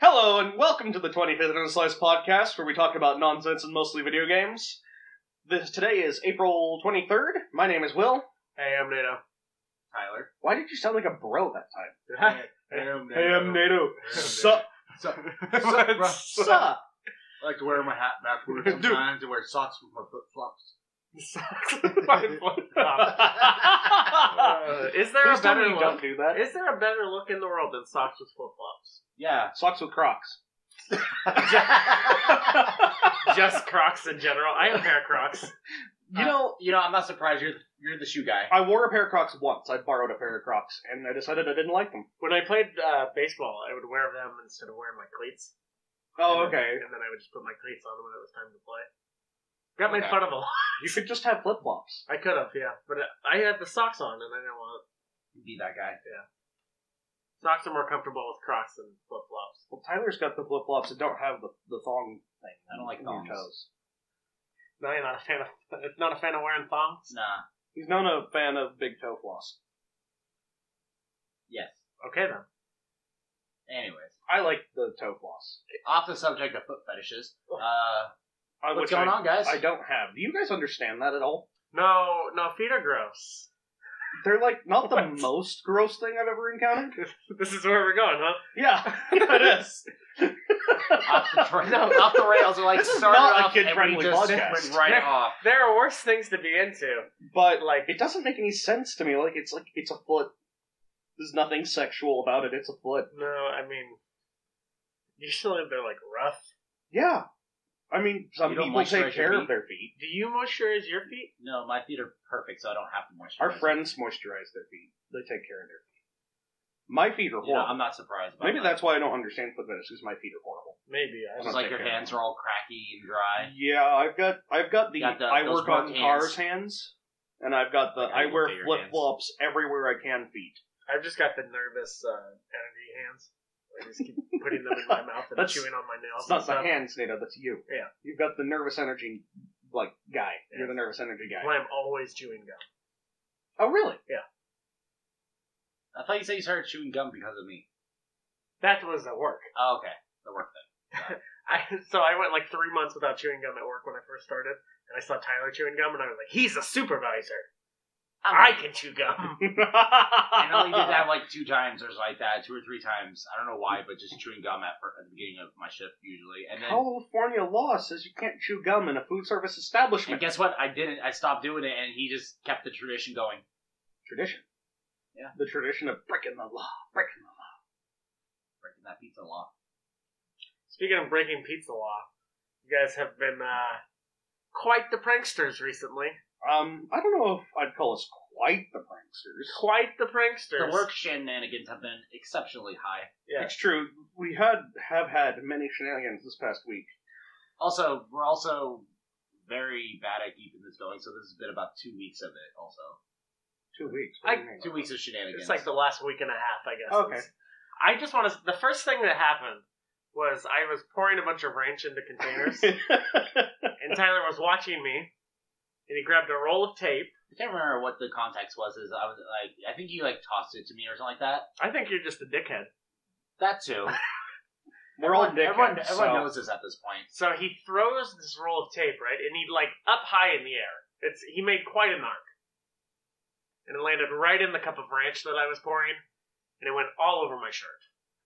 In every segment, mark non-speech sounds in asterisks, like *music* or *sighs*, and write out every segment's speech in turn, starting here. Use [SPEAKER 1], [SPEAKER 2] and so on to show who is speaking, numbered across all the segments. [SPEAKER 1] Hello and welcome to the 25th and a Slice podcast, where we talk about nonsense and mostly video games. This today is April 23rd. My name is Will.
[SPEAKER 2] Hey, I'm NATO.
[SPEAKER 1] *laughs*
[SPEAKER 2] Tyler.
[SPEAKER 1] Why did you sound like a bro that time?
[SPEAKER 2] Hey, I'm NATO.
[SPEAKER 1] NATO. Sup?
[SPEAKER 2] Sup? *laughs* Sup, bro?
[SPEAKER 1] Sup?
[SPEAKER 2] I like to wear my hat
[SPEAKER 1] *laughs*
[SPEAKER 2] backwards
[SPEAKER 1] Dude.
[SPEAKER 2] sometimes. I wear socks with my flip flops.
[SPEAKER 3] Uh, is there
[SPEAKER 1] Please
[SPEAKER 3] a
[SPEAKER 1] tell me
[SPEAKER 3] better
[SPEAKER 1] you
[SPEAKER 3] look?
[SPEAKER 1] don't do that.
[SPEAKER 3] Is there a better look in the world than socks with flip flops?
[SPEAKER 2] *laughs*
[SPEAKER 1] *laughs*
[SPEAKER 2] Yeah.
[SPEAKER 1] Socks with Crocs. *laughs*
[SPEAKER 3] Just Crocs in general. I have a pair of Crocs.
[SPEAKER 1] You know,
[SPEAKER 2] You know, I'm not surprised. You're you're the shoe guy.
[SPEAKER 1] I wore a pair of Crocs once. I borrowed a pair of Crocs, and I decided I didn't like them.
[SPEAKER 3] When I played uh, baseball, I would wear them instead of wearing my cleats,
[SPEAKER 1] Oh, okay.
[SPEAKER 3] and then I would just put my cleats on when it was time to play. Got made
[SPEAKER 2] Okay.
[SPEAKER 3] fun of a lot.
[SPEAKER 1] You could just have flip flops.
[SPEAKER 3] I could have, yeah, but uh, I had the socks on, and I didn't want it.
[SPEAKER 2] You'd Be that guy.
[SPEAKER 3] Socks are more comfortable with Crocs than flip flops.
[SPEAKER 1] Well, Tyler's got the flip flops that don't have the, the thong thing.
[SPEAKER 2] I don't like
[SPEAKER 1] on your
[SPEAKER 2] thongs.
[SPEAKER 1] toes.
[SPEAKER 3] No, you're not a fan of *laughs* not a fan of wearing thongs.
[SPEAKER 2] Nah.
[SPEAKER 1] He's not a fan of big toe floss.
[SPEAKER 2] Yes.
[SPEAKER 3] Okay then.
[SPEAKER 2] Anyways,
[SPEAKER 1] I like the toe floss.
[SPEAKER 2] off the subject of foot fetishes. Uh,
[SPEAKER 1] I,
[SPEAKER 2] what's
[SPEAKER 1] Oh. which
[SPEAKER 2] going
[SPEAKER 1] I,
[SPEAKER 2] on, guys?
[SPEAKER 1] I don't have. Do you guys understand that at all?
[SPEAKER 3] No, no, feet are gross. *laughs*
[SPEAKER 1] They're like not the
[SPEAKER 3] What?
[SPEAKER 1] most gross thing I've ever encountered.
[SPEAKER 2] *laughs*
[SPEAKER 3] This is where we're going, huh?
[SPEAKER 1] Yeah, *laughs* it is.
[SPEAKER 2] off,
[SPEAKER 1] *laughs*
[SPEAKER 2] the tra- off the rails. We're like
[SPEAKER 1] This is
[SPEAKER 2] started
[SPEAKER 1] not a
[SPEAKER 2] off and we
[SPEAKER 1] kid-friendly
[SPEAKER 2] just
[SPEAKER 1] podcast.
[SPEAKER 2] went right off.
[SPEAKER 3] There are worse things to be into.
[SPEAKER 1] but
[SPEAKER 3] Like
[SPEAKER 1] it doesn't make any sense to me. Like it's like it's a foot. There's nothing sexual about it. It's a foot.
[SPEAKER 3] No, I mean, usually they're like rough.
[SPEAKER 1] Yeah. I mean, some
[SPEAKER 2] You don't
[SPEAKER 1] people take
[SPEAKER 2] moisturize your
[SPEAKER 1] care of
[SPEAKER 2] feet?
[SPEAKER 1] their feet.
[SPEAKER 3] Do you moisturize your feet?
[SPEAKER 2] No, my feet are perfect, so I don't have to moisturize.
[SPEAKER 1] Our friends moisturize their feet. They take care of their feet. My feet are
[SPEAKER 2] You know,
[SPEAKER 1] horrible.
[SPEAKER 2] I'm not surprised. By
[SPEAKER 1] Maybe
[SPEAKER 2] that.
[SPEAKER 1] that's why I don't understand foot fetish because my feet are horrible.
[SPEAKER 3] Maybe. I
[SPEAKER 1] It's
[SPEAKER 3] don't
[SPEAKER 1] not
[SPEAKER 2] It's like your
[SPEAKER 1] taken.
[SPEAKER 2] hands are all cracky and dry.
[SPEAKER 1] Yeah, I've got I've got the,
[SPEAKER 2] Got the-
[SPEAKER 1] I
[SPEAKER 2] those
[SPEAKER 1] work
[SPEAKER 2] work
[SPEAKER 1] on
[SPEAKER 2] hands.
[SPEAKER 1] cars hands, and I've got the
[SPEAKER 2] Like, I
[SPEAKER 1] I,
[SPEAKER 2] look
[SPEAKER 1] wear
[SPEAKER 2] at your
[SPEAKER 1] flip
[SPEAKER 2] hands.
[SPEAKER 1] flops everywhere I can feet.
[SPEAKER 3] I've just got the nervous uh, energy hands. I just keep putting them in my mouth and
[SPEAKER 1] That's-
[SPEAKER 3] chewing on my nails.
[SPEAKER 1] It's not
[SPEAKER 3] and stuff.
[SPEAKER 1] the hands, Nato. That's you.
[SPEAKER 3] Yeah.
[SPEAKER 1] you've got the nervous energy like guy. You're
[SPEAKER 3] Yeah.
[SPEAKER 1] the nervous energy guy.
[SPEAKER 3] Why I'm always chewing gum.
[SPEAKER 1] Oh,
[SPEAKER 2] *laughs*
[SPEAKER 1] really?
[SPEAKER 2] I thought you said you started chewing gum because of me.
[SPEAKER 3] That was at work.
[SPEAKER 2] Oh, okay. The work thing.
[SPEAKER 3] I, *laughs* so I went like three months without chewing gum at work when I first started, and I saw Tyler chewing gum, and I was like, "He's a supervisor. I can chew
[SPEAKER 1] *laughs*
[SPEAKER 2] *laughs*
[SPEAKER 3] gum."
[SPEAKER 2] I only did that like two times or something like that, two or three times. I don't know why, but just chewing gum at, fir- at the beginning of my shift usually. And then,
[SPEAKER 1] California law says you can't chew gum in a food service
[SPEAKER 2] and
[SPEAKER 1] establishment.
[SPEAKER 2] guess what? I didn't. I stopped doing it, and he just kept the tradition going.
[SPEAKER 1] Tradition.
[SPEAKER 2] Yeah.
[SPEAKER 1] the tradition of breaking the law. Breaking the law.
[SPEAKER 2] Breaking that pizza law.
[SPEAKER 3] Speaking of breaking pizza law, you guys have been uh, quite the pranksters recently.
[SPEAKER 1] Um, I don't know if I'd call us quite the pranksters.
[SPEAKER 3] Quite the pranksters.
[SPEAKER 2] The work shenanigans have been exceptionally high.
[SPEAKER 3] Yeah.
[SPEAKER 1] It's true. We had have had many shenanigans this past week.
[SPEAKER 2] Also, we're also very bad at keeping this going, so this has been about two weeks of it. Also,
[SPEAKER 1] Two weeks.
[SPEAKER 3] I-
[SPEAKER 1] *laughs*
[SPEAKER 2] two weeks of shenanigans.
[SPEAKER 3] It's like the last week and a half, I guess.
[SPEAKER 1] Okay.
[SPEAKER 3] I just want to. The first thing that happened was I was pouring a bunch of ranch into
[SPEAKER 1] *laughs*
[SPEAKER 3] containers, and Tyler was watching me, and he grabbed a roll of tape.
[SPEAKER 2] I can't remember what the context was. Is I was like, I think you like tossed it to me or something like that.
[SPEAKER 3] I think you're just a dickhead.
[SPEAKER 2] That too.
[SPEAKER 1] We're all
[SPEAKER 2] Everyone- Everyone,
[SPEAKER 1] dickheads,
[SPEAKER 2] everyone
[SPEAKER 1] so-
[SPEAKER 2] knows this at this point.
[SPEAKER 3] So he throws this roll of tape right, and he like up high in the air. It's he made quite an arc, and it landed right in the cup of ranch that I was pouring, and it went all over my shirt.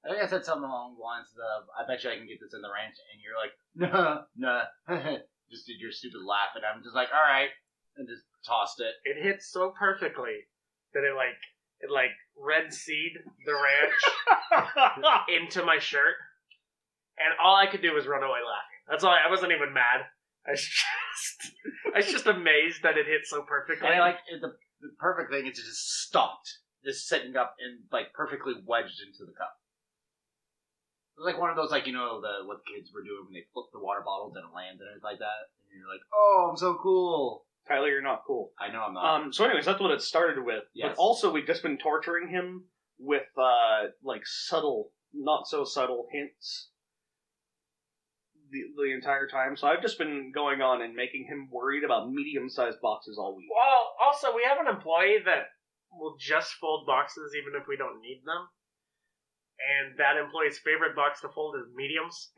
[SPEAKER 2] I think I said something along the lines of, "I bet you I can get this in the ranch," and you're like, *laughs* "No, no," *laughs* just did your stupid laugh, and I'm just like, "All right," and just tossed it.
[SPEAKER 3] It hit so perfectly that it like it like red seed the ranch *laughs* into my shirt, and all I could do was run away laughing. That's all. I, I wasn't even mad. I was *laughs* just I was just amazed that it hit so perfectly.
[SPEAKER 2] And I like it- the, the perfect thing is it just stopped, just sitting up and like perfectly wedged into the cup. It was like one of those like you know the what the kids were doing when they flipped the water bottles and it landed and it's like that, and you're like, "Oh, I'm so cool."
[SPEAKER 1] *laughs* Tyler, you're not cool.
[SPEAKER 2] I know I'm not.
[SPEAKER 1] Um, so, anyways, that's what it started with.
[SPEAKER 2] Yes.
[SPEAKER 1] But also, we've just been torturing him with uh, like subtle, not so subtle hints the, the entire time. So I've just been going on and making him worried about medium-sized boxes all week.
[SPEAKER 3] Well, also we have an employee that will just fold boxes even if we don't need them, and that employee's favorite box to fold is
[SPEAKER 2] *laughs*
[SPEAKER 3] mediums,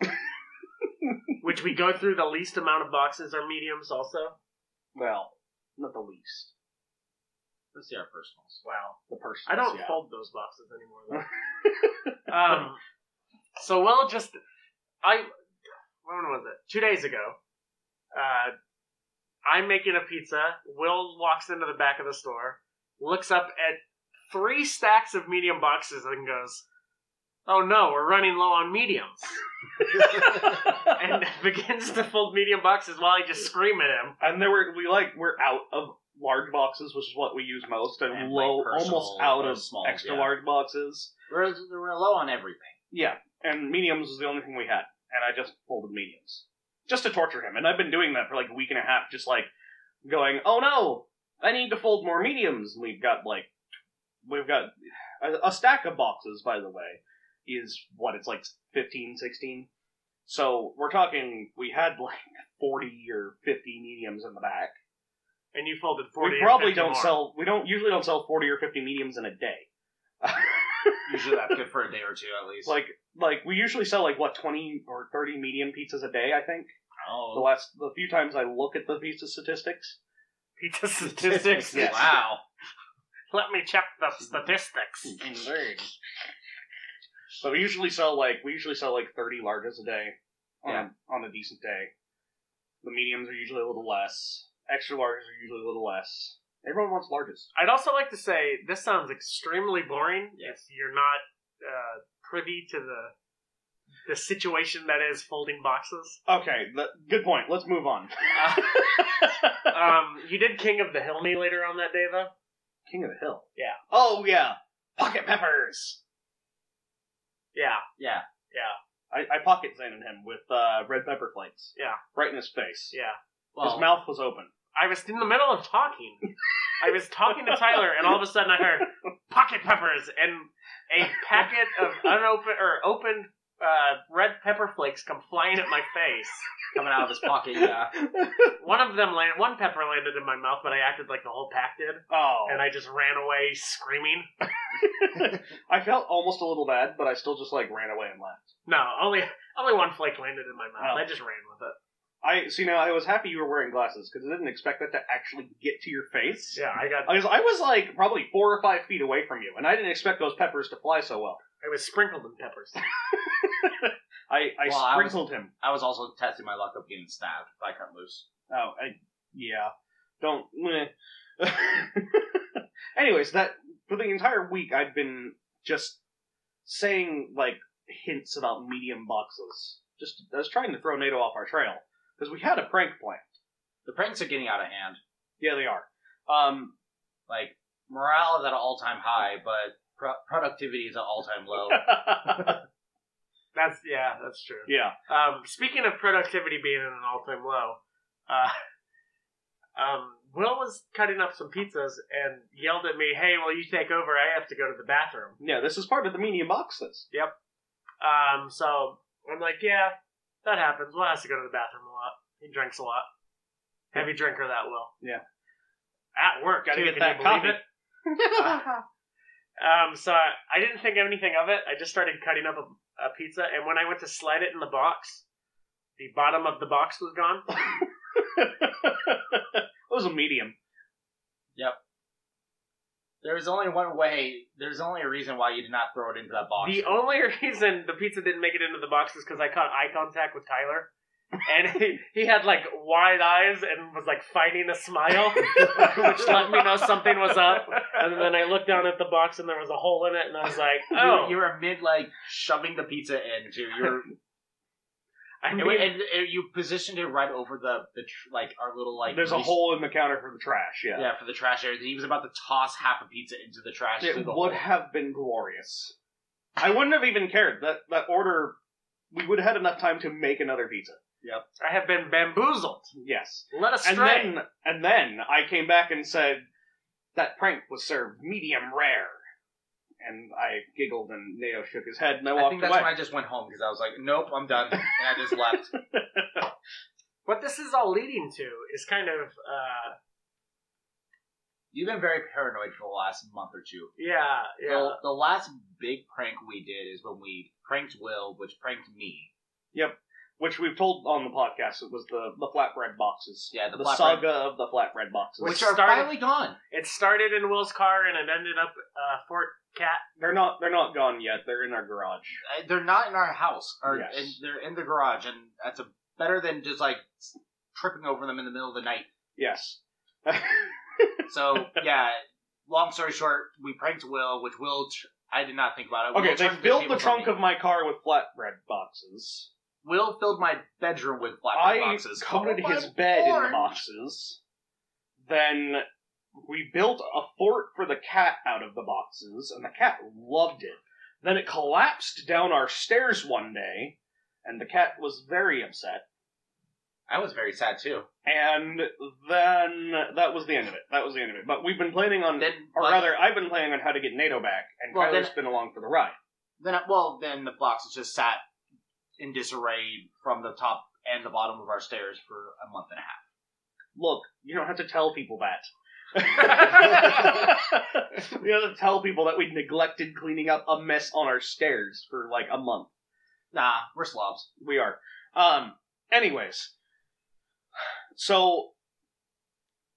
[SPEAKER 3] which we go through. The least amount of boxes are mediums, also.
[SPEAKER 1] Well, not the least.
[SPEAKER 2] Let's see our personals. *laughs*
[SPEAKER 3] Wow,
[SPEAKER 1] The person.
[SPEAKER 3] I don't
[SPEAKER 2] Yeah.
[SPEAKER 3] fold those boxes anymore. *laughs* Though. um, so well, just I when was it? Two days ago. Uh, I'm making a pizza. Will walks into the back of the store, looks up at three stacks of medium boxes, and goes, "Oh no, we're running low on *laughs* mediums."
[SPEAKER 1] *laughs*
[SPEAKER 3] *laughs* and begins to fold medium boxes while I just scream at him.
[SPEAKER 1] and there were we like we're out of large boxes, which is what we use most, and,
[SPEAKER 2] And, like,
[SPEAKER 1] low
[SPEAKER 2] personal
[SPEAKER 1] almost out
[SPEAKER 2] or
[SPEAKER 1] of
[SPEAKER 2] small,
[SPEAKER 1] extra
[SPEAKER 2] yeah.
[SPEAKER 1] large boxes.
[SPEAKER 2] We're, we're low on everything.
[SPEAKER 1] Yeah, and mediums is the only thing we had, and I just folded mediums just to torture him. And I've been doing that for like a week and a half, just like going, "Oh no, I need to fold more mediums." And we've got like we've got a, a stack of boxes, by the way, is what it's like 15, 16. So we're talking we had like forty or fifty mediums in the back.
[SPEAKER 3] And you folded forty.
[SPEAKER 1] we
[SPEAKER 3] or
[SPEAKER 1] probably
[SPEAKER 3] 50
[SPEAKER 1] don't
[SPEAKER 3] more.
[SPEAKER 1] sell. We don't usually don't sell forty or fifty mediums in a day. *laughs*
[SPEAKER 2] Usually that's good for a day or two at least.
[SPEAKER 1] like like we usually sell like what twenty or thirty medium pizzas a day. I think the
[SPEAKER 2] oh,
[SPEAKER 1] last the few times I look at the pizza statistics.
[SPEAKER 3] pizza statistics.
[SPEAKER 1] yes.
[SPEAKER 2] Wow.
[SPEAKER 3] Let me check the statistics.
[SPEAKER 1] Indeed. But we usually sell like we usually sell like thirty larges a day on
[SPEAKER 2] Yeah.
[SPEAKER 1] a, on a decent day. The mediums are usually a little less. Extra larges are usually a little less. Everyone wants larges.
[SPEAKER 3] I'd also like to say this sounds extremely boring.
[SPEAKER 2] Yes.
[SPEAKER 3] If you're not uh, privy to the the situation that is folding
[SPEAKER 1] *laughs*
[SPEAKER 3] boxes,
[SPEAKER 1] Okay, the, good point. Let's move on.
[SPEAKER 3] um, you did King of the Hill me later on that day though.
[SPEAKER 1] King of the Hill.
[SPEAKER 3] Yeah.
[SPEAKER 1] Oh yeah. Pocket peppers.
[SPEAKER 3] Yeah,
[SPEAKER 2] Yeah.
[SPEAKER 1] I, I pocket sanded him with uh, red pepper flakes.
[SPEAKER 3] Yeah.
[SPEAKER 1] Right in his face.
[SPEAKER 3] yeah.
[SPEAKER 2] Well,
[SPEAKER 1] his mouth was open.
[SPEAKER 3] I was in the middle of talking. I was talking to Tyler, and all of a sudden I heard pocket peppers and a packet of unopened or opened uh, red pepper flakes come flying at my face.
[SPEAKER 2] coming out
[SPEAKER 1] *laughs*
[SPEAKER 2] of his pocket, yeah.
[SPEAKER 3] One of them landed. One pepper landed in my mouth, but I acted like the whole pack did.
[SPEAKER 1] Oh.
[SPEAKER 3] and I just ran away screaming.
[SPEAKER 1] I felt almost a little bad, but I still just like ran away and left.
[SPEAKER 3] No, only only one flake landed in my mouth.
[SPEAKER 1] Oh.
[SPEAKER 3] I just ran with it.
[SPEAKER 1] I see now. I was happy you were wearing glasses because I didn't expect that to actually get to your face.
[SPEAKER 3] Yeah, I got
[SPEAKER 1] I was, I was like probably four or five feet away from you, and I didn't expect those peppers to fly so well.
[SPEAKER 3] I was sprinkled in peppers.
[SPEAKER 1] I, I
[SPEAKER 2] Well, I was-
[SPEAKER 1] sprinkled him.
[SPEAKER 2] I was also testing my luck of getting stabbed if I cut loose.
[SPEAKER 1] Oh, I, yeah. Don't. meh. *laughs* Anyways, that for the entire week I've been just saying like hints about medium boxes. Just I was trying to throw NATO off our trail because we had a prank plan.
[SPEAKER 2] The pranks are getting out of hand.
[SPEAKER 1] Yeah, they are. Um, *laughs*
[SPEAKER 2] Like, morale is at an all time high, but pro- productivity is at all time
[SPEAKER 1] *laughs*
[SPEAKER 2] low.
[SPEAKER 3] That's yeah, that's true.
[SPEAKER 1] yeah.
[SPEAKER 3] Um, speaking of productivity being at an all time low, uh, um, Will was cutting up some pizzas and yelled at me, "Hey, will you take over? I have to go to the bathroom."
[SPEAKER 1] Yeah, this is part of the medium boxes.
[SPEAKER 3] Um, so I'm like, yeah, that happens. Will has to go to the bathroom a lot. He drinks a lot. Heavy drinker, that Will.
[SPEAKER 1] Yeah.
[SPEAKER 3] At work,
[SPEAKER 1] Gotta
[SPEAKER 3] too,
[SPEAKER 1] get
[SPEAKER 3] can
[SPEAKER 1] that
[SPEAKER 3] you believe
[SPEAKER 1] coffee.
[SPEAKER 3] it? Um, so I, I didn't think anything of it. I just started cutting up a, a pizza, and when I went to slide it in the box, the bottom of the box was gone.
[SPEAKER 1] *laughs* It was a medium.
[SPEAKER 2] There's only one way, there's only a reason why you did not throw it into that box.
[SPEAKER 3] The only *laughs* reason the pizza didn't make it into the box is because I caught eye contact with Tyler, and he, he had like wide eyes and was like fighting a smile,
[SPEAKER 1] *laughs*
[SPEAKER 3] *laughs* *laughs* which let me know something was up. And then I looked down at the box, and there was a hole in it, and I was like,
[SPEAKER 2] You-
[SPEAKER 3] oh,
[SPEAKER 2] you, were mid, like, shoving the pizza into
[SPEAKER 1] *laughs*
[SPEAKER 2] your.
[SPEAKER 3] I
[SPEAKER 2] and,
[SPEAKER 3] mean,
[SPEAKER 2] and, and you positioned it right over the, the tr- like, our little, like.
[SPEAKER 1] There's a
[SPEAKER 2] grease-
[SPEAKER 1] hole in the counter for the trash. Yeah,
[SPEAKER 2] Yeah, for the trash area. He was about to toss half a pizza into the trash. through
[SPEAKER 1] it
[SPEAKER 2] the
[SPEAKER 1] would
[SPEAKER 2] hole.
[SPEAKER 1] have been glorious. I wouldn't have even cared that that order. We would have had enough time to make another pizza.
[SPEAKER 3] I have been bamboozled,
[SPEAKER 1] Yes,
[SPEAKER 3] led astray.
[SPEAKER 1] and then and then I came back and said that prank was served medium rare, and I giggled and Nato shook his head and I
[SPEAKER 2] I
[SPEAKER 1] walked
[SPEAKER 2] think that's
[SPEAKER 1] away.
[SPEAKER 2] when I just went home because I was like, nope, I'm done. And I just left.
[SPEAKER 3] what this is all leading to is kind of uh,
[SPEAKER 2] You've been very paranoid for the last month or two.
[SPEAKER 3] Yeah, yeah.
[SPEAKER 2] The, the last big prank we did is when we pranked Will, which pranked me.
[SPEAKER 1] Which we've told on the podcast, it was the, the flatbread boxes.
[SPEAKER 2] Yeah, the
[SPEAKER 1] the
[SPEAKER 2] flatbread-
[SPEAKER 1] saga of the flatbread boxes.
[SPEAKER 2] Which,
[SPEAKER 3] Which
[SPEAKER 2] are
[SPEAKER 3] started-
[SPEAKER 2] finally gone.
[SPEAKER 3] It started in Will's car and it ended up uh, Fort Cat.
[SPEAKER 1] they're not they're not gone yet. They're in our garage.
[SPEAKER 2] Uh, They're not in our house, or
[SPEAKER 1] Yes.
[SPEAKER 2] and they're in the garage, and that's a, better than just like tripping over them in the middle of the night.
[SPEAKER 1] Yes. *laughs*
[SPEAKER 2] So yeah, long story short, we pranked Will, which Will tr- I did not think about it.
[SPEAKER 1] okay,
[SPEAKER 2] Will
[SPEAKER 1] they
[SPEAKER 2] turned
[SPEAKER 1] filled the
[SPEAKER 2] tables on
[SPEAKER 1] trunk
[SPEAKER 2] me.
[SPEAKER 1] of my car with flatbread boxes.
[SPEAKER 2] Will filled my bedroom with black
[SPEAKER 1] I
[SPEAKER 2] boxes.
[SPEAKER 1] coated
[SPEAKER 2] Oh my
[SPEAKER 1] his bed in the
[SPEAKER 2] lord.
[SPEAKER 1] boxes. Then we built a fort for the cat out of the boxes, and the cat loved it. Then it collapsed down our stairs one day, and the cat was very upset.
[SPEAKER 2] I was very sad too.
[SPEAKER 1] And then that was the end of it. That was the end of it. But we've been planning on,
[SPEAKER 2] Then,
[SPEAKER 1] or
[SPEAKER 2] like-
[SPEAKER 1] rather, I've been planning on how to get NATO back, and
[SPEAKER 2] Well,
[SPEAKER 1] Tyler's
[SPEAKER 2] then-
[SPEAKER 1] been along for the ride.
[SPEAKER 2] then I- well, then the boxes just sat in disarray from the top and the bottom of our stairs for a month and a half.
[SPEAKER 1] Look, you don't have to tell people that. you don't have to tell people that we neglected cleaning up a mess on our stairs for like a month.
[SPEAKER 2] Nah, we're slobs.
[SPEAKER 1] We are. Um. Anyways, so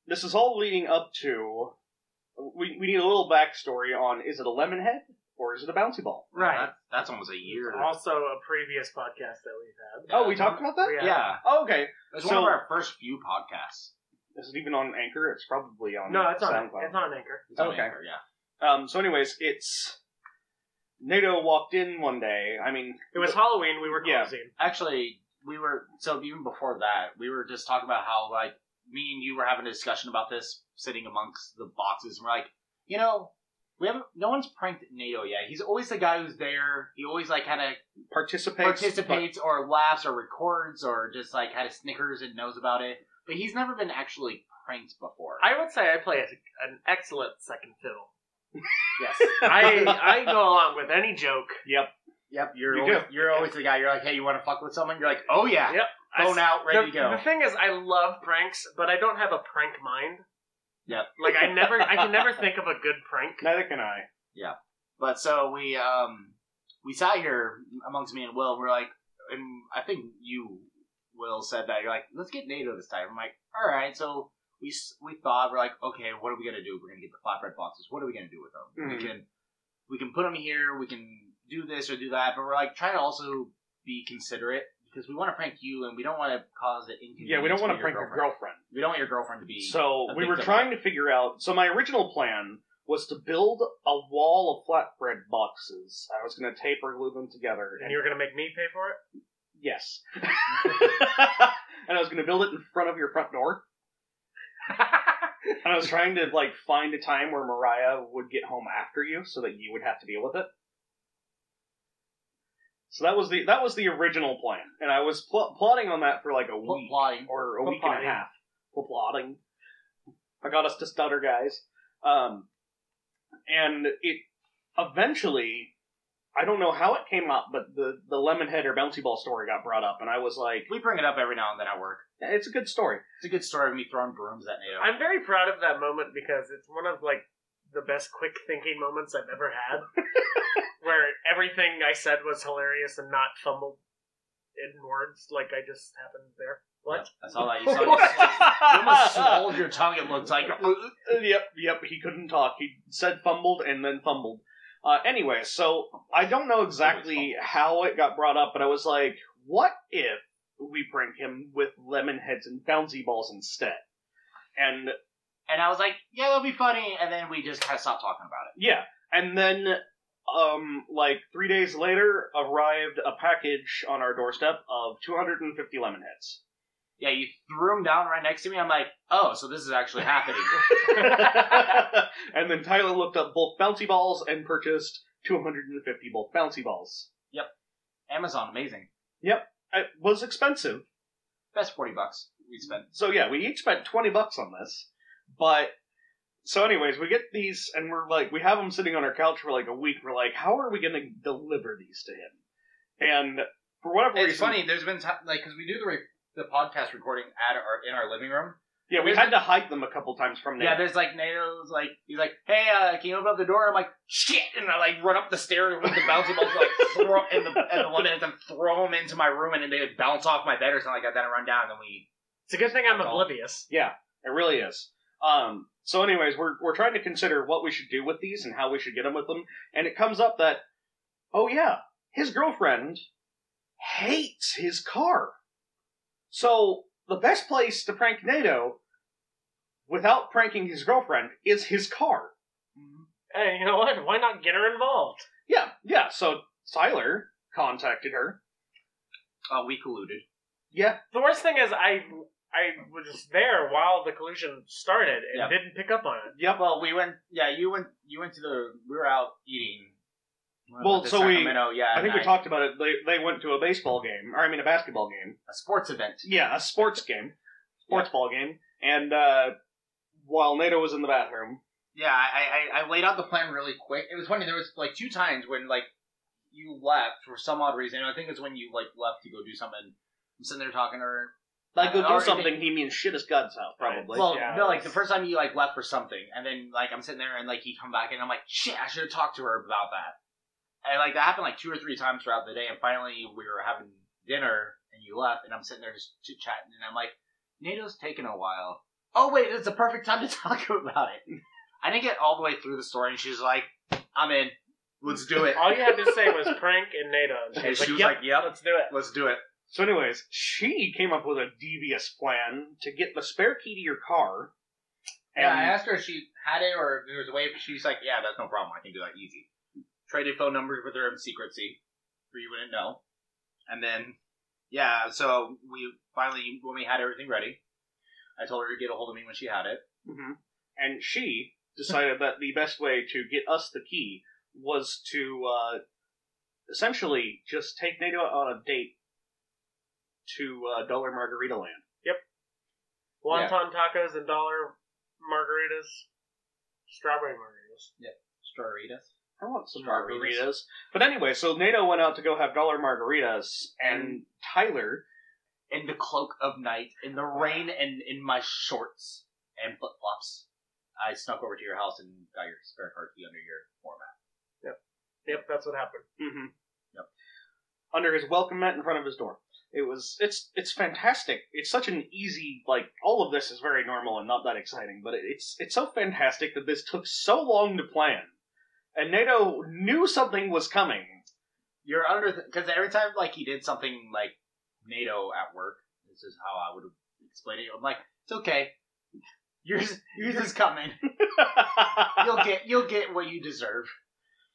[SPEAKER 1] this is all leading up to. We we need a little backstory on is it a lemon head or is it a bouncy ball?
[SPEAKER 3] Right.
[SPEAKER 2] That- that's almost a year.
[SPEAKER 3] Also, a previous podcast that we've had.
[SPEAKER 1] oh, we talked about that.
[SPEAKER 3] Yeah.
[SPEAKER 2] Yeah,
[SPEAKER 1] Oh, okay.
[SPEAKER 2] it was
[SPEAKER 1] So-
[SPEAKER 2] one of our first few podcasts.
[SPEAKER 1] Is it even on Anchor? It's probably
[SPEAKER 2] Um,
[SPEAKER 1] on.
[SPEAKER 3] No, it's on.
[SPEAKER 1] SoundCloud.
[SPEAKER 3] It's on Anchor.
[SPEAKER 2] It's on
[SPEAKER 1] Okay.
[SPEAKER 2] Anchor, yeah.
[SPEAKER 1] Um. So, anyways, it's NATO walked in one day. I mean,
[SPEAKER 3] It was Halloween. We were
[SPEAKER 1] Yeah.
[SPEAKER 3] closing.
[SPEAKER 2] Actually, we were so even before that, we were just talking about how like me and you were having a discussion about this, sitting amongst the boxes, and we're like, you know, we haven't. No one's pranked NATO yet. He's always the guy who's there. He always like kind of
[SPEAKER 1] participates.
[SPEAKER 2] participates or laughs or records or just like kind of snickers and knows about it. But he's never been actually pranked before.
[SPEAKER 3] I would say I play a- an excellent second
[SPEAKER 2] *laughs*
[SPEAKER 3] fiddle.
[SPEAKER 2] yes.
[SPEAKER 3] I I go along with any joke.
[SPEAKER 2] Yep. You're
[SPEAKER 1] You
[SPEAKER 2] always,
[SPEAKER 1] do.
[SPEAKER 2] you're always the guy. You're like, hey, you want to fuck with someone? You're like, oh yeah,
[SPEAKER 3] Yep. I
[SPEAKER 2] phone out,
[SPEAKER 3] the,
[SPEAKER 2] ready to go.
[SPEAKER 3] the thing is, I love pranks, but I don't have a prank mind.
[SPEAKER 2] Yep.
[SPEAKER 3] Like I never, I
[SPEAKER 2] *laughs*
[SPEAKER 3] can never think of a good prank.
[SPEAKER 1] But *laughs* neither can I.
[SPEAKER 2] But so we um we sat here amongst me and Will. And we're like, and I think you Will said that you're like, let's get NATO this time. I'm like, all right. So we s- we thought we're like, okay, what are we gonna do? We're gonna get the flatbread boxes. What are we gonna do with them?
[SPEAKER 1] Mhm.
[SPEAKER 2] We can we can put them here. We can do this or do that. But we're like trying to also be considerate because we want to prank you and we don't want to cause an inconvenience.
[SPEAKER 1] Yeah, we don't want to
[SPEAKER 2] for
[SPEAKER 1] prank your girlfriend.
[SPEAKER 2] We don't want your girlfriend to be.
[SPEAKER 1] So
[SPEAKER 2] a
[SPEAKER 1] we were
[SPEAKER 2] victim.
[SPEAKER 1] trying to figure out. So my original plan was to build a wall of flatbread boxes. I was going to taper glue them together.
[SPEAKER 3] And you were gonna make me pay for it.
[SPEAKER 1] yes, *laughs* and I was going to build it in front of your front door.
[SPEAKER 3] *laughs*
[SPEAKER 1] And I was trying to like find a time where Mariah would get home after you, so that you would have to deal with it. So that was the that was the original plan, and I was pl- plotting on that for like a
[SPEAKER 2] Pl-
[SPEAKER 1] week
[SPEAKER 2] plotting.
[SPEAKER 1] or a week and
[SPEAKER 3] plotting.
[SPEAKER 1] a half. Pl- Plotting. I got us to stutter, guys. Um, and it eventually, I don't know how it came up, but the the lemon head or bouncy ball story got brought up, and I was like,
[SPEAKER 2] We bring it up every now and then at work.
[SPEAKER 1] "It's a good story."
[SPEAKER 2] It's a good story of me throwing brooms at NATO.
[SPEAKER 3] I'm very proud of that moment because it's one of like the best quick thinking moments I've ever
[SPEAKER 2] *laughs*
[SPEAKER 3] had, where everything I said was hilarious and not fumbled in words like I just happened there. What?
[SPEAKER 2] Yep, I saw that. You,
[SPEAKER 1] *laughs*
[SPEAKER 2] saw, you, *laughs* sli- you almost swallowed your tongue. It looked like.
[SPEAKER 1] uh, yep, yep. He couldn't talk. He said fumbled and then fumbled. Uh, anyway, so I don't know exactly how it got brought up, but I was like, what if we prank him with lemon heads and bouncy balls instead? And
[SPEAKER 2] And I was like, yeah, that'll be funny. And then we just kind of stopped talking about
[SPEAKER 1] yeah, and then um like three days later arrived a package on our doorstep of 250 lemon heads *laughs*
[SPEAKER 2] it. Yeah, you threw them down right next to me. I'm like, oh, so this is actually happening.
[SPEAKER 1] and then tyler looked up both bouncy balls and purchased 250 both bouncy balls
[SPEAKER 2] Amazon, amazing.
[SPEAKER 1] it was expensive.
[SPEAKER 2] Best 40 bucks we spent.
[SPEAKER 1] So yeah, we each spent 20 bucks on this. But so anyways, we get these and we're like we have them sitting on our couch for like a week. We're like, how are we going to deliver these to him? And for whatever
[SPEAKER 2] It's
[SPEAKER 1] reason,
[SPEAKER 2] funny. There's been time, like, because we do the, re- the podcast recording at our in our living room.
[SPEAKER 1] Yeah, we had to hide them a couple times from
[SPEAKER 2] Yeah,
[SPEAKER 1] Nate.
[SPEAKER 2] there's like NATO's like he's like, hey, uh, can you open up the door? I'm like, shit, and I like run up the stairs with the bouncy balls, like throw and the and the one that them throw them into my room, and then they like, bounce off my bed or something like that. Then I run down, and then we
[SPEAKER 3] It's a good thing I'm
[SPEAKER 2] Oh.
[SPEAKER 3] oblivious.
[SPEAKER 1] It really is. Um, so, anyways, we're we're trying to consider what we should do with these and how we should get them with them, and it comes up that, oh yeah, his girlfriend hates his car. So the best place to prank NATO without pranking his girlfriend is his car.
[SPEAKER 2] Mm-hmm.
[SPEAKER 3] Hey, you know what? Why not get her involved?
[SPEAKER 1] Yeah, yeah. So Tyler contacted her. Oh,
[SPEAKER 2] uh, we colluded.
[SPEAKER 1] Yeah,
[SPEAKER 3] The worst thing is I I was there while the collusion started and
[SPEAKER 2] Yeah.
[SPEAKER 3] didn't pick up on it.
[SPEAKER 1] yep.
[SPEAKER 2] Well, we went. Yeah, you went. You went to the. We were out eating.
[SPEAKER 1] Well,
[SPEAKER 2] The
[SPEAKER 1] so we-
[SPEAKER 2] Sacramento, yeah,
[SPEAKER 1] I think we
[SPEAKER 2] night.
[SPEAKER 1] talked about it. They they went to a baseball game, or I mean a basketball game.
[SPEAKER 2] a sports event.
[SPEAKER 1] Yeah, a sports game, sports ball game, and uh, while NATO was in the bathroom,
[SPEAKER 2] Yeah, I, I, I laid out the plan really quick. It was funny. There was like two times when like you left for some odd reason. I think it's when you like left to go do something. I'm sitting there talking to her.
[SPEAKER 1] like go
[SPEAKER 2] Or
[SPEAKER 1] do
[SPEAKER 2] if
[SPEAKER 1] something,
[SPEAKER 2] it-
[SPEAKER 1] uh, he means shit his guts out, probably.
[SPEAKER 2] well,
[SPEAKER 3] yeah,
[SPEAKER 2] no, like
[SPEAKER 3] that's-
[SPEAKER 2] the first time you like left for something, and then like I'm sitting there and like you come back and I'm like, shit, I should have talked to her about that. And like that happened like two or three times throughout the day, and finally we were having dinner and you left, and I'm sitting there just chit chatting, and I'm like, NATO's taking a while. Oh wait, it's the perfect time to *laughs* talk about it. I didn't get all the way through the story, and she's like, I'm in. Let's do it.
[SPEAKER 3] All you had to say was prank and NATO. And
[SPEAKER 2] And
[SPEAKER 3] she's
[SPEAKER 2] she
[SPEAKER 3] like,
[SPEAKER 2] was like, Yep,
[SPEAKER 3] yep, let's do it.
[SPEAKER 2] let's do it.
[SPEAKER 1] so, anyways, she came up with a devious plan to get the spare key to your car. And
[SPEAKER 2] Yeah, I asked her if she had it or if there was a way. She's like, yeah, that's no problem. I can do that easy. Traded phone numbers with her in secrecy, where you wouldn't know. And then, yeah, so we finally, when we had everything ready, I told her to get a hold of me when she had it.
[SPEAKER 1] Mhm. and she decided that the best way to get us the key was to uh, essentially just take NATO on a date to uh, Dollar Margarita Land.
[SPEAKER 3] Wonton tacos and dollar margaritas. Strawberry margaritas.
[SPEAKER 2] Starritas.
[SPEAKER 1] I want some margaritas.
[SPEAKER 2] Margaritas.
[SPEAKER 1] But anyway, so NATO went out to go have dollar margaritas, and
[SPEAKER 2] Mm-hmm.
[SPEAKER 1] Tyler,
[SPEAKER 2] In the cloak of night, in the rain, and in my shorts and flip flops. I snuck over to your house and got your spare car key under your doormat.
[SPEAKER 3] Yep, that's what happened.
[SPEAKER 2] Mm-hmm. Yep.
[SPEAKER 1] under his welcome mat in front of his door. It was it's it's fantastic. It's such an easy like all of this is very normal and not that exciting, but it's it's so fantastic that this took so long to plan. And NATO knew something was coming.
[SPEAKER 2] You're under because every time like he did something like NATO at work, this is how I would explain it. I'm like, it's okay. Yours, yours is
[SPEAKER 3] *laughs*
[SPEAKER 2] coming. You'll get, you'll get what you deserve,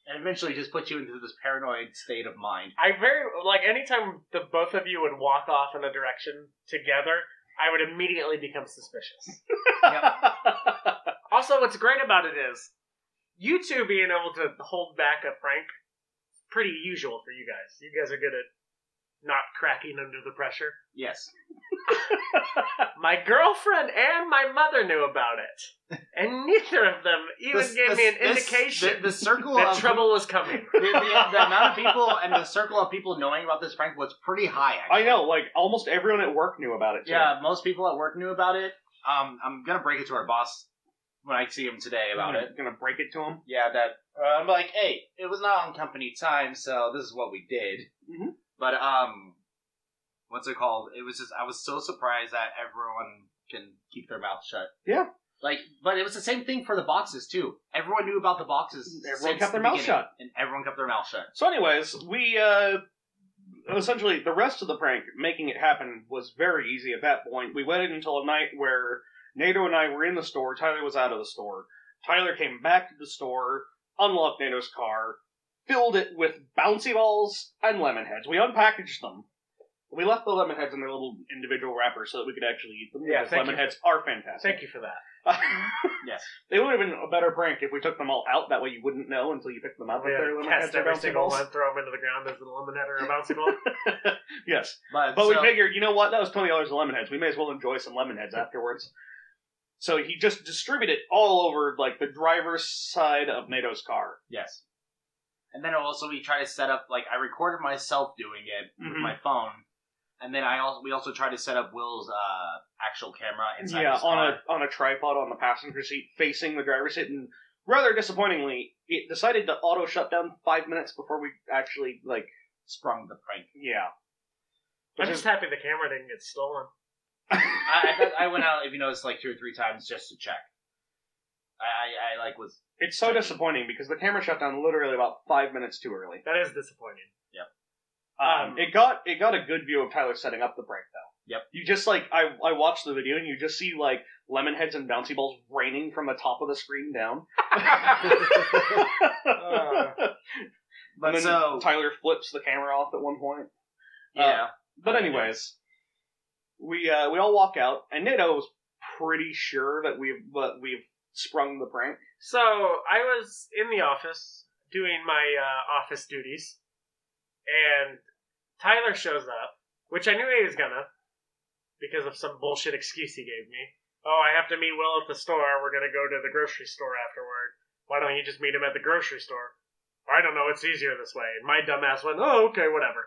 [SPEAKER 2] and eventually just put you into this paranoid state of mind.
[SPEAKER 3] I very like anytime the both of you would walk off in a direction together, I would immediately become suspicious. *laughs* also, what's great about it is you two being able to hold back a prank, pretty usual for you guys. You guys are good at not cracking under the pressure. *laughs*
[SPEAKER 2] Yes,
[SPEAKER 3] My girlfriend and my mother knew about it, and neither of them even
[SPEAKER 2] This-
[SPEAKER 3] gave
[SPEAKER 2] this-
[SPEAKER 3] me an
[SPEAKER 2] this-
[SPEAKER 3] indication *laughs*
[SPEAKER 2] The, the circle *laughs*
[SPEAKER 3] that
[SPEAKER 2] of
[SPEAKER 3] trouble was coming.
[SPEAKER 2] the, the, the amount of people and the circle of people knowing about this prank was pretty high. Actually.
[SPEAKER 1] I know, like almost everyone at work knew about it. Too.
[SPEAKER 2] Yeah, most people at work knew about it. Um, I'm gonna break it to our boss when I see him today about
[SPEAKER 3] Mm-hmm.
[SPEAKER 2] it.
[SPEAKER 1] Gonna break it to him.
[SPEAKER 2] Yeah, that uh, I'm like, hey, it was not on company time, so this is what we did.
[SPEAKER 1] Mhm.
[SPEAKER 2] But um, what's it called? It was just I was so surprised that everyone can keep their mouth shut.
[SPEAKER 1] Yeah.
[SPEAKER 2] like, but it was the same thing for the boxes too. Everyone knew about the boxes.
[SPEAKER 1] Everyone
[SPEAKER 2] since
[SPEAKER 1] kept their
[SPEAKER 2] the
[SPEAKER 1] mouth
[SPEAKER 2] beginning,
[SPEAKER 1] shut.
[SPEAKER 2] and everyone kept their mouth shut.
[SPEAKER 1] So, anyways, we uh, essentially the rest of the prank making it happen was very easy at that point. We waited until a night where NATO and I were in the store. Tyler was out of the store. Tyler came back to the store, unlocked NATO's car, filled it with bouncy balls and lemon heads. We unpackaged them. We left the lemon heads in their little individual wrappers so that we could actually eat them.
[SPEAKER 3] Yeah,
[SPEAKER 1] because
[SPEAKER 3] thank
[SPEAKER 1] lemon
[SPEAKER 3] you.
[SPEAKER 1] heads are fantastic.
[SPEAKER 3] Thank you for that.
[SPEAKER 1] *laughs*
[SPEAKER 2] Yes.
[SPEAKER 1] It would have been a better prank if we took them all out. That way, you wouldn't know until you picked them up.
[SPEAKER 3] We
[SPEAKER 1] if
[SPEAKER 3] had
[SPEAKER 1] they're
[SPEAKER 3] to
[SPEAKER 1] lemon
[SPEAKER 3] test
[SPEAKER 1] heads or
[SPEAKER 3] every
[SPEAKER 1] bouncy
[SPEAKER 3] single
[SPEAKER 1] balls.
[SPEAKER 3] one, throw them into the ground as an lemon head or a bouncy ball.
[SPEAKER 1] Yes.
[SPEAKER 2] But,
[SPEAKER 1] But
[SPEAKER 2] so-
[SPEAKER 1] we figured, you know what? That was twenty dollars of lemon heads. We may as well enjoy some lemon heads afterwards. So he just distributed it all over like the driver's side of NATO's car.
[SPEAKER 2] yes. And then also we try to set up like I recorded myself doing it with
[SPEAKER 1] Mhm.
[SPEAKER 2] my phone, and then I also we also tried to set up Will's uh, actual camera inside
[SPEAKER 1] yeah,
[SPEAKER 2] his
[SPEAKER 1] on
[SPEAKER 2] car.
[SPEAKER 1] a on a tripod on the passenger seat, facing the driver's seat, and rather disappointingly, it decided to auto shut down five minutes before we actually like.
[SPEAKER 2] sprung the prank.
[SPEAKER 1] Yeah, Which
[SPEAKER 3] I'm just happy the camera didn't get stolen.
[SPEAKER 2] I, I, thought- I went out, if you noticed, like two or three times just to check. I, I, I like was
[SPEAKER 1] *laughs* it's so disappointing because the camera shut down literally about five minutes too early.
[SPEAKER 3] That is disappointing.
[SPEAKER 1] Um,
[SPEAKER 3] Um,
[SPEAKER 1] it got it got a good view of Tyler setting up the prank though.
[SPEAKER 2] Yep.
[SPEAKER 1] You just like I I watched the video and you just see like lemon heads and bouncy balls raining from the top of the screen
[SPEAKER 2] *laughs*
[SPEAKER 1] down. *laughs*
[SPEAKER 2] Uh, but
[SPEAKER 1] and then
[SPEAKER 2] so
[SPEAKER 1] Tyler flips the camera off at one point.
[SPEAKER 2] yeah.
[SPEAKER 1] But
[SPEAKER 2] Oh, yeah.
[SPEAKER 1] anyways, we uh, we all walk out, and Nato is pretty sure that we've that we've sprung the
[SPEAKER 2] *laughs*
[SPEAKER 1] prank. *laughs*
[SPEAKER 3] So I was in the office doing my uh, office duties, and Tyler shows up, which I knew he was gonna, because of some bullshit excuse he gave me. Oh, I have to meet Will at the store. We're gonna go to the grocery store afterward. Why don't you just meet him at the grocery store? I don't know. It's easier this way. And my dumbass went, "Oh, okay, whatever."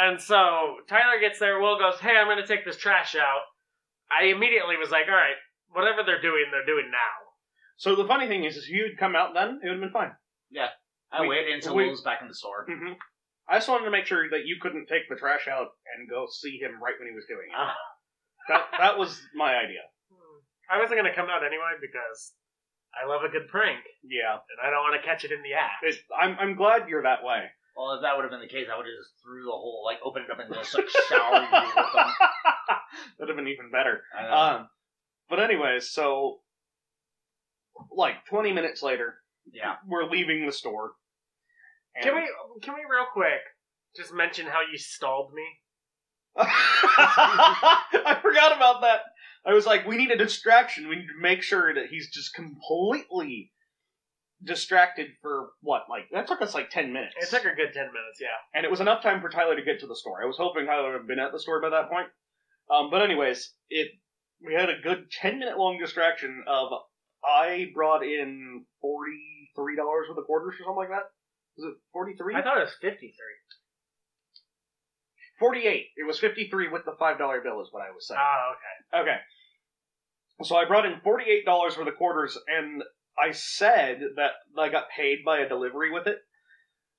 [SPEAKER 3] And so Tyler gets there. Will goes, "Hey, I'm gonna take this trash out." I immediately was like, "All right, whatever they're doing, they're doing now."
[SPEAKER 1] so the funny thing is, if you'd come out then, it would have been fine.
[SPEAKER 2] I
[SPEAKER 1] we-
[SPEAKER 2] waited until
[SPEAKER 1] we-
[SPEAKER 2] Will was back in the store.
[SPEAKER 1] hmm I just wanted to make sure that you couldn't take the trash out and go see him right when he was doing it.
[SPEAKER 2] Ah.
[SPEAKER 1] that that was my idea.
[SPEAKER 3] I wasn't gonna come out anyway because I love a good prank
[SPEAKER 1] Yeah,
[SPEAKER 3] and I don't want to catch it in the act.
[SPEAKER 1] it, I'm I'm glad you're that way.
[SPEAKER 2] Well, if that would have been the case, I would have just threw the whole like opened it up and just like showered you with
[SPEAKER 1] *laughs*
[SPEAKER 2] them.
[SPEAKER 1] That'd have been even better.
[SPEAKER 2] I know.
[SPEAKER 1] Um, but anyways, so like 20 minutes later,
[SPEAKER 2] yeah,
[SPEAKER 1] we're leaving the store. and-
[SPEAKER 3] Can we can we real quick just mention how you stalled me?
[SPEAKER 1] *laughs* I forgot about that. I was like, we need a distraction. We need to make sure that he's just completely distracted for what? Like that took us like 10 minutes.
[SPEAKER 3] It took a good ten minutes. Yeah.
[SPEAKER 1] and it was enough time for Tyler to get to the store. I was hoping Tyler would have been at the store by that point. Um, but anyways, it we had a good ten minute long distraction of I brought in forty three dollars worth of quarters or something like that. Was it forty three?
[SPEAKER 3] I thought it was fifty three.
[SPEAKER 1] Forty eight. It was fifty three with the five dollar bill is what I was saying.
[SPEAKER 3] Oh, okay.
[SPEAKER 1] Okay. So I brought in forty eight dollars worth of quarters, and I said that I got paid by a delivery with it,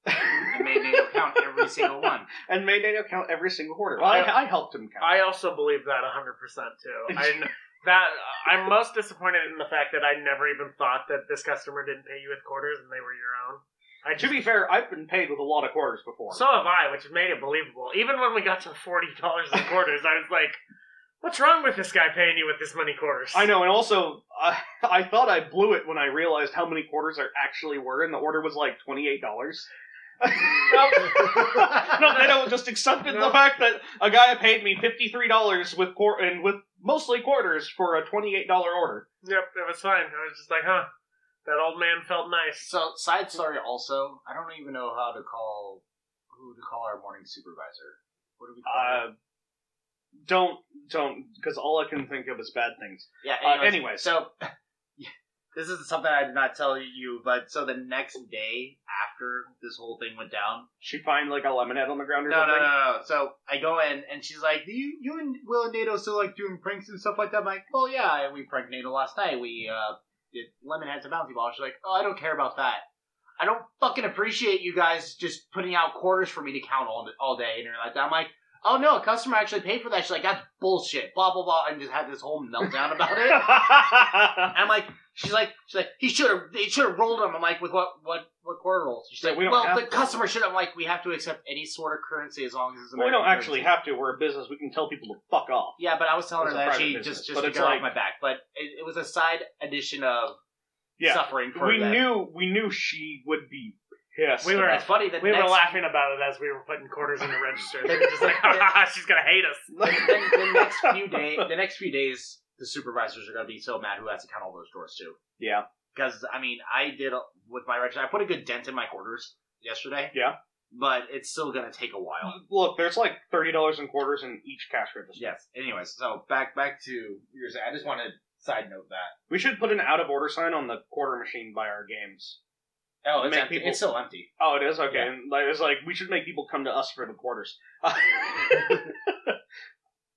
[SPEAKER 2] I made Nato count every single one.
[SPEAKER 1] *laughs* and made Daniel count every single quarter. Well, I, I helped him count.
[SPEAKER 3] I also believe that hundred percent *laughs* too. I kn- that I'm most disappointed in the fact that I never even thought that this customer didn't pay you with quarters and they were your own. I
[SPEAKER 1] to
[SPEAKER 3] just
[SPEAKER 1] be fair, I've been paid with a lot of quarters before.
[SPEAKER 3] So have I, which made it believable. Even when we got to forty dollars in quarters, I was like, "What's wrong with this guy paying you with this many quarters?"
[SPEAKER 1] I know, and also I, *laughs* I thought I blew it when I realized how many quarters there actually were, and the order was like twenty eight dollars. *laughs* no, they don't just accepted the
[SPEAKER 3] No.
[SPEAKER 1] fact that a guy paid me fifty three dollars with quar- and with mostly quarters for a twenty eight dollar order.
[SPEAKER 3] Yep, it was fine. I was just like, "Huh." That old man felt nice.
[SPEAKER 2] So, side story also, I don't even know how to call who to call our morning supervisor. What do we call her?
[SPEAKER 1] Uh, don't don't because all I can think of is bad things.
[SPEAKER 2] Yeah,
[SPEAKER 1] uh,
[SPEAKER 2] anyways,
[SPEAKER 1] anyways.
[SPEAKER 2] So, *laughs* this is something I did not tell you, but so the next day after this whole thing went down.
[SPEAKER 1] She find like a lemonade on the ground or
[SPEAKER 2] No, no,
[SPEAKER 1] something.
[SPEAKER 2] no, no. So, I go in, and she's like, Do you, you and Will and Nato still like doing pranks and stuff like that? I'm like, Well, yeah, we pranked Nato last night. We, uh, did Lemon Heads and Bouncy Ball. She's like, Oh, I don't care about that. I don't fucking appreciate you guys just putting out quarters for me to count all, all day and everything like that. I'm like, oh no, a customer actually paid for that. She's like, that's bullshit, blah, blah, blah, and just had this whole
[SPEAKER 1] *laughs*
[SPEAKER 2] meltdown about it. And I'm like, she's like, she's like, he should have, they should have rolled him. I'm like, with what, what, what quarter rolls? She's
[SPEAKER 1] Yeah,
[SPEAKER 2] like,
[SPEAKER 1] we don't
[SPEAKER 2] well,
[SPEAKER 1] have
[SPEAKER 2] the customer should have. I'm like, we have to accept any sort of currency as long as it's
[SPEAKER 1] Well, *laughs* we
[SPEAKER 2] American
[SPEAKER 1] don't actually
[SPEAKER 2] currency."
[SPEAKER 1] have to. We're a business. We can tell people to fuck off.
[SPEAKER 2] Yeah, but I was telling
[SPEAKER 1] It's
[SPEAKER 2] her
[SPEAKER 1] a
[SPEAKER 2] that
[SPEAKER 1] private
[SPEAKER 2] she
[SPEAKER 1] business,
[SPEAKER 2] just just
[SPEAKER 1] but
[SPEAKER 2] to
[SPEAKER 1] it's
[SPEAKER 2] go
[SPEAKER 1] like-
[SPEAKER 2] off my back, but it, it was a side addition of
[SPEAKER 1] Yeah.
[SPEAKER 2] suffering for
[SPEAKER 1] we
[SPEAKER 2] them.
[SPEAKER 1] knew we knew she would be pissed.
[SPEAKER 3] We were-
[SPEAKER 2] It's funny that
[SPEAKER 3] We
[SPEAKER 2] next,
[SPEAKER 3] were laughing about it as we were putting quarters in the register.
[SPEAKER 2] They
[SPEAKER 3] They
[SPEAKER 2] were
[SPEAKER 3] were just *laughs* like, "Ha, ha, ha, she's gonna hate us."
[SPEAKER 2] *laughs*
[SPEAKER 1] *laughs*
[SPEAKER 2] Then, the next few day, the next few days, the supervisors are going to be so mad who has to count all those doors too.
[SPEAKER 1] yeah.
[SPEAKER 2] because I mean, I did a- with my register. I put a good dent in my quarters yesterday.
[SPEAKER 1] Yeah.
[SPEAKER 2] but it's still gonna take a while.
[SPEAKER 1] Look, there's like thirty dollars in quarters in each cash register.
[SPEAKER 2] Yes. Anyways, so back back to yours. I just want to side note that.
[SPEAKER 1] We should put an out of order sign on the quarter machine by our games.
[SPEAKER 2] Oh, it's
[SPEAKER 1] Make
[SPEAKER 2] empty.
[SPEAKER 1] people-
[SPEAKER 2] It's still empty.
[SPEAKER 1] Oh, it is okay.
[SPEAKER 2] Yeah.
[SPEAKER 1] *laughs* And like, it's like we should make people come to us for the quarters.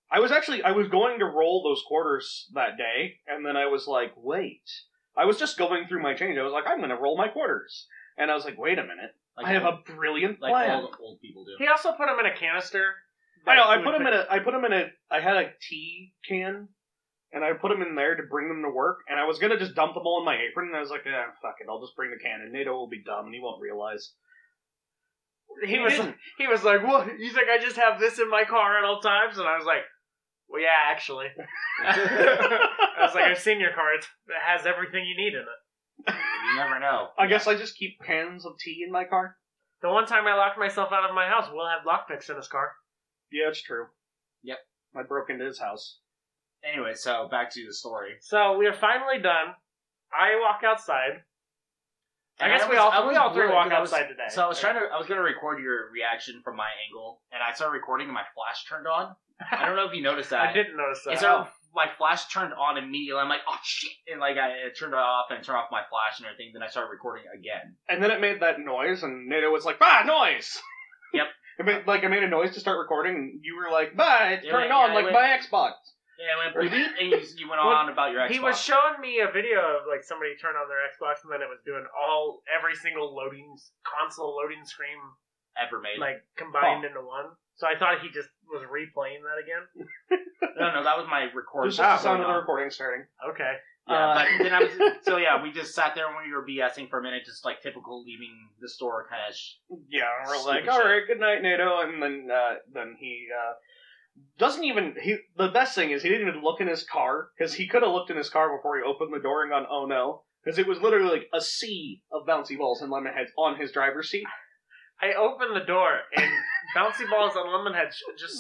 [SPEAKER 1] I was actually I was going to roll those quarters that day, and then I was like, wait. I was just going through my change. I was like, I'm going to roll my quarters, and I was like, wait a minute.
[SPEAKER 2] Like,
[SPEAKER 1] I have a brilliant
[SPEAKER 2] like
[SPEAKER 1] plan.
[SPEAKER 2] all the old people *laughs* do.
[SPEAKER 3] He also put him in a canister.
[SPEAKER 1] I know. I put them in a. I put them in a. I had a tea can, and I put them in there to bring them to work. And I was gonna just dump them all in my apron, and I was like, eh, fuck it, I'll just bring the can. And Nato will be dumb, and he won't realize.
[SPEAKER 3] He was
[SPEAKER 2] *laughs*
[SPEAKER 3] he was like, "What?" He's like, "I just have this in my car at all times," and I was like, "Well, yeah, actually." *laughs* I was like, "I've seen your car. It's, it has everything you need in it."
[SPEAKER 2] you never know.
[SPEAKER 1] *laughs* I guess I just keep cans of tea in my car.
[SPEAKER 3] The one time I locked myself out of my house, Will had lockpicks in his car.
[SPEAKER 1] Yeah, it's true.
[SPEAKER 2] Yep.
[SPEAKER 1] I broke into his house.
[SPEAKER 2] Anyway, so back to the story.
[SPEAKER 3] So we are finally done. I walk outside. I
[SPEAKER 2] And
[SPEAKER 3] guess we
[SPEAKER 2] was-
[SPEAKER 3] all
[SPEAKER 2] I was
[SPEAKER 3] we all three
[SPEAKER 2] worried,
[SPEAKER 3] walk
[SPEAKER 2] 'cause I was-
[SPEAKER 3] outside today.
[SPEAKER 2] So I was trying to I was gonna record your reaction from my angle, and I started recording and my flash turned on. I don't know if
[SPEAKER 1] *laughs*
[SPEAKER 2] you noticed that.
[SPEAKER 3] I didn't notice that.
[SPEAKER 2] And so my flash turned on immediately. I'm like, oh shit! And like I it turned it off and I turned off my flash and everything. Then I started recording again.
[SPEAKER 1] And then it made that noise, and Nato was like, "Bah, noise."
[SPEAKER 2] *laughs* Yep.
[SPEAKER 1] It made, like I made a noise to start recording, and you were like, "Bah, it's
[SPEAKER 2] Yeah,
[SPEAKER 1] turned
[SPEAKER 2] yeah,
[SPEAKER 1] on
[SPEAKER 2] I
[SPEAKER 1] like
[SPEAKER 2] went-
[SPEAKER 1] my Xbox."
[SPEAKER 2] Yeah, I went bleep, and you, you went on about your Xbox.
[SPEAKER 3] He was showing me a video of like somebody turned on their Xbox and then it was doing all every single loading console loading screen
[SPEAKER 2] ever made.
[SPEAKER 3] like combined into one. So I thought he just was replaying that again.
[SPEAKER 2] no, no, that was my recording.
[SPEAKER 1] Just the
[SPEAKER 2] was going
[SPEAKER 1] sound of the
[SPEAKER 2] on.
[SPEAKER 1] recording starting.
[SPEAKER 3] Okay.
[SPEAKER 2] Yeah,
[SPEAKER 1] Uh,
[SPEAKER 2] but then I
[SPEAKER 1] *laughs*
[SPEAKER 2] was so yeah. We just sat there and we were BSing for a minute, just like typical leaving the store kind of. Sh-
[SPEAKER 1] Yeah, and we're like,
[SPEAKER 2] Stupid
[SPEAKER 1] all
[SPEAKER 2] shit.
[SPEAKER 1] right, good night, NATO, and then uh, then he uh, doesn't even. He the best thing is he didn't even look in his car because he could have looked in his car before he opened the door and gone, oh no, because it was literally like a sea of bouncy balls and lemon heads on his driver's seat.
[SPEAKER 3] I open the door and *laughs* bouncy balls and lemon heads
[SPEAKER 2] *laughs*
[SPEAKER 3] just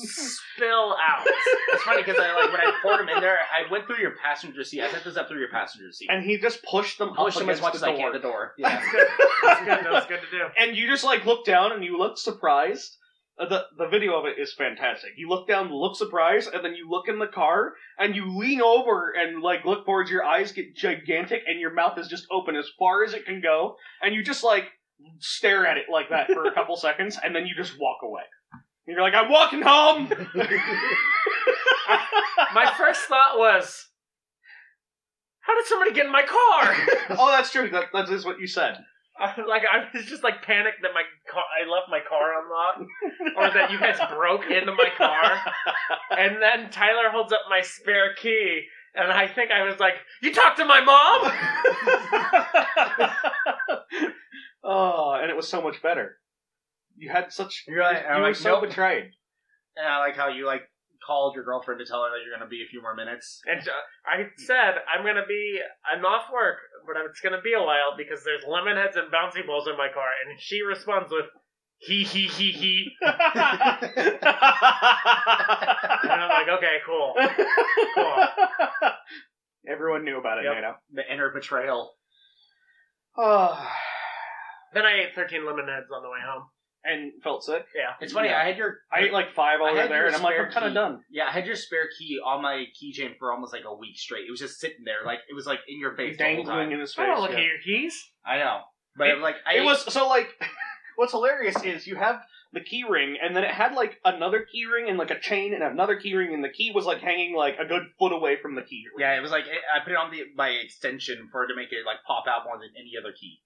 [SPEAKER 3] spill out.
[SPEAKER 2] it's funny because I like when I poured them in there, I went through your passenger seat. I set this up through your passenger seat.
[SPEAKER 1] And he just pushed them
[SPEAKER 2] pushed
[SPEAKER 1] up
[SPEAKER 2] them as
[SPEAKER 1] against
[SPEAKER 2] much
[SPEAKER 1] the door.
[SPEAKER 2] as I can at the
[SPEAKER 1] *laughs*
[SPEAKER 2] door. Yeah.
[SPEAKER 3] That's good. That's good. That's good to do.
[SPEAKER 1] and you just like look down and you look surprised. Uh, The the video of it is fantastic. You look down, look surprised, and then you look in the car and you lean over and like look forward. Your eyes get gigantic and your mouth is just open as far as it can go, and you just like stare at it like that
[SPEAKER 2] *laughs*
[SPEAKER 1] for a couple seconds, and then you just walk away. You're like, I'm walking
[SPEAKER 2] *laughs*
[SPEAKER 1] home.
[SPEAKER 3] My first thought was, how did somebody get in
[SPEAKER 1] *laughs*
[SPEAKER 3] my car?
[SPEAKER 1] oh, that's true. That that is what you
[SPEAKER 2] *laughs*
[SPEAKER 1] said. *laughs*
[SPEAKER 3] I- like I was just like panicked that my car, I left my car unlocked, or that you guys broke into my car. And then Tyler holds up my spare key, and I think I was like, "You talked to my mom?"
[SPEAKER 1] oh, and it was so much better. You had such.
[SPEAKER 2] You're like-
[SPEAKER 1] you
[SPEAKER 2] I'm
[SPEAKER 1] were
[SPEAKER 2] like,
[SPEAKER 1] so
[SPEAKER 2] nope.
[SPEAKER 1] betrayed.
[SPEAKER 2] and I like how you like called your girlfriend to tell her that you're gonna be a few more minutes.
[SPEAKER 3] And uh, I said, "I'm gonna be, I'm off work, but it's gonna be a while because there's lemon heads and bouncy balls in my car." And she responds with, "He he he he," and I'm like, "Okay, cool."
[SPEAKER 1] Everyone knew about it,
[SPEAKER 3] Yep.
[SPEAKER 1] Nato.
[SPEAKER 2] The inner betrayal.
[SPEAKER 1] Oh,
[SPEAKER 2] Ah.
[SPEAKER 3] Then I ate 13 lemon heads on the way home.
[SPEAKER 1] and felt sick.
[SPEAKER 2] It's funny.
[SPEAKER 1] Yeah.
[SPEAKER 2] I had your
[SPEAKER 1] I ate like five
[SPEAKER 2] I
[SPEAKER 1] over
[SPEAKER 2] had
[SPEAKER 1] there,
[SPEAKER 2] your
[SPEAKER 1] and I'm like,
[SPEAKER 2] spare
[SPEAKER 1] I'm kind
[SPEAKER 2] key.
[SPEAKER 1] of done.
[SPEAKER 2] yeah, I had your spare key on my keychain for almost like a week straight. It was just sitting there, like it was like in your face the whole
[SPEAKER 1] Dangling
[SPEAKER 2] time.
[SPEAKER 1] in his
[SPEAKER 3] I
[SPEAKER 1] face.
[SPEAKER 3] don't Oh, look
[SPEAKER 1] yeah.
[SPEAKER 3] at your keys.
[SPEAKER 2] I know, but
[SPEAKER 1] It-
[SPEAKER 2] like I
[SPEAKER 1] it
[SPEAKER 2] ate-
[SPEAKER 1] was so like *laughs* what's hilarious is you have the key ring and then it had like another key ring and like a chain and another key ring and the key was like hanging like a good foot away from the key ring.
[SPEAKER 2] Yeah, it was like it, I put it on the my extension for it to make it like pop out more than any other key.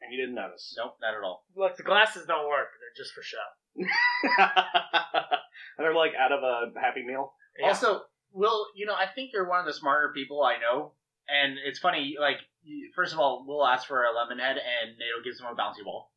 [SPEAKER 1] and you didn't notice
[SPEAKER 2] Nope, not at all.
[SPEAKER 3] Look, the glasses don't work. They're just for show.
[SPEAKER 1] *laughs* and they're like out of a happy meal
[SPEAKER 3] Yeah.
[SPEAKER 2] Also, Will, you know, I think you're one of the smarter people I know, and it's funny. Like, you- first of all, Will asks for a lemon head, and Nato gives him a bouncy ball,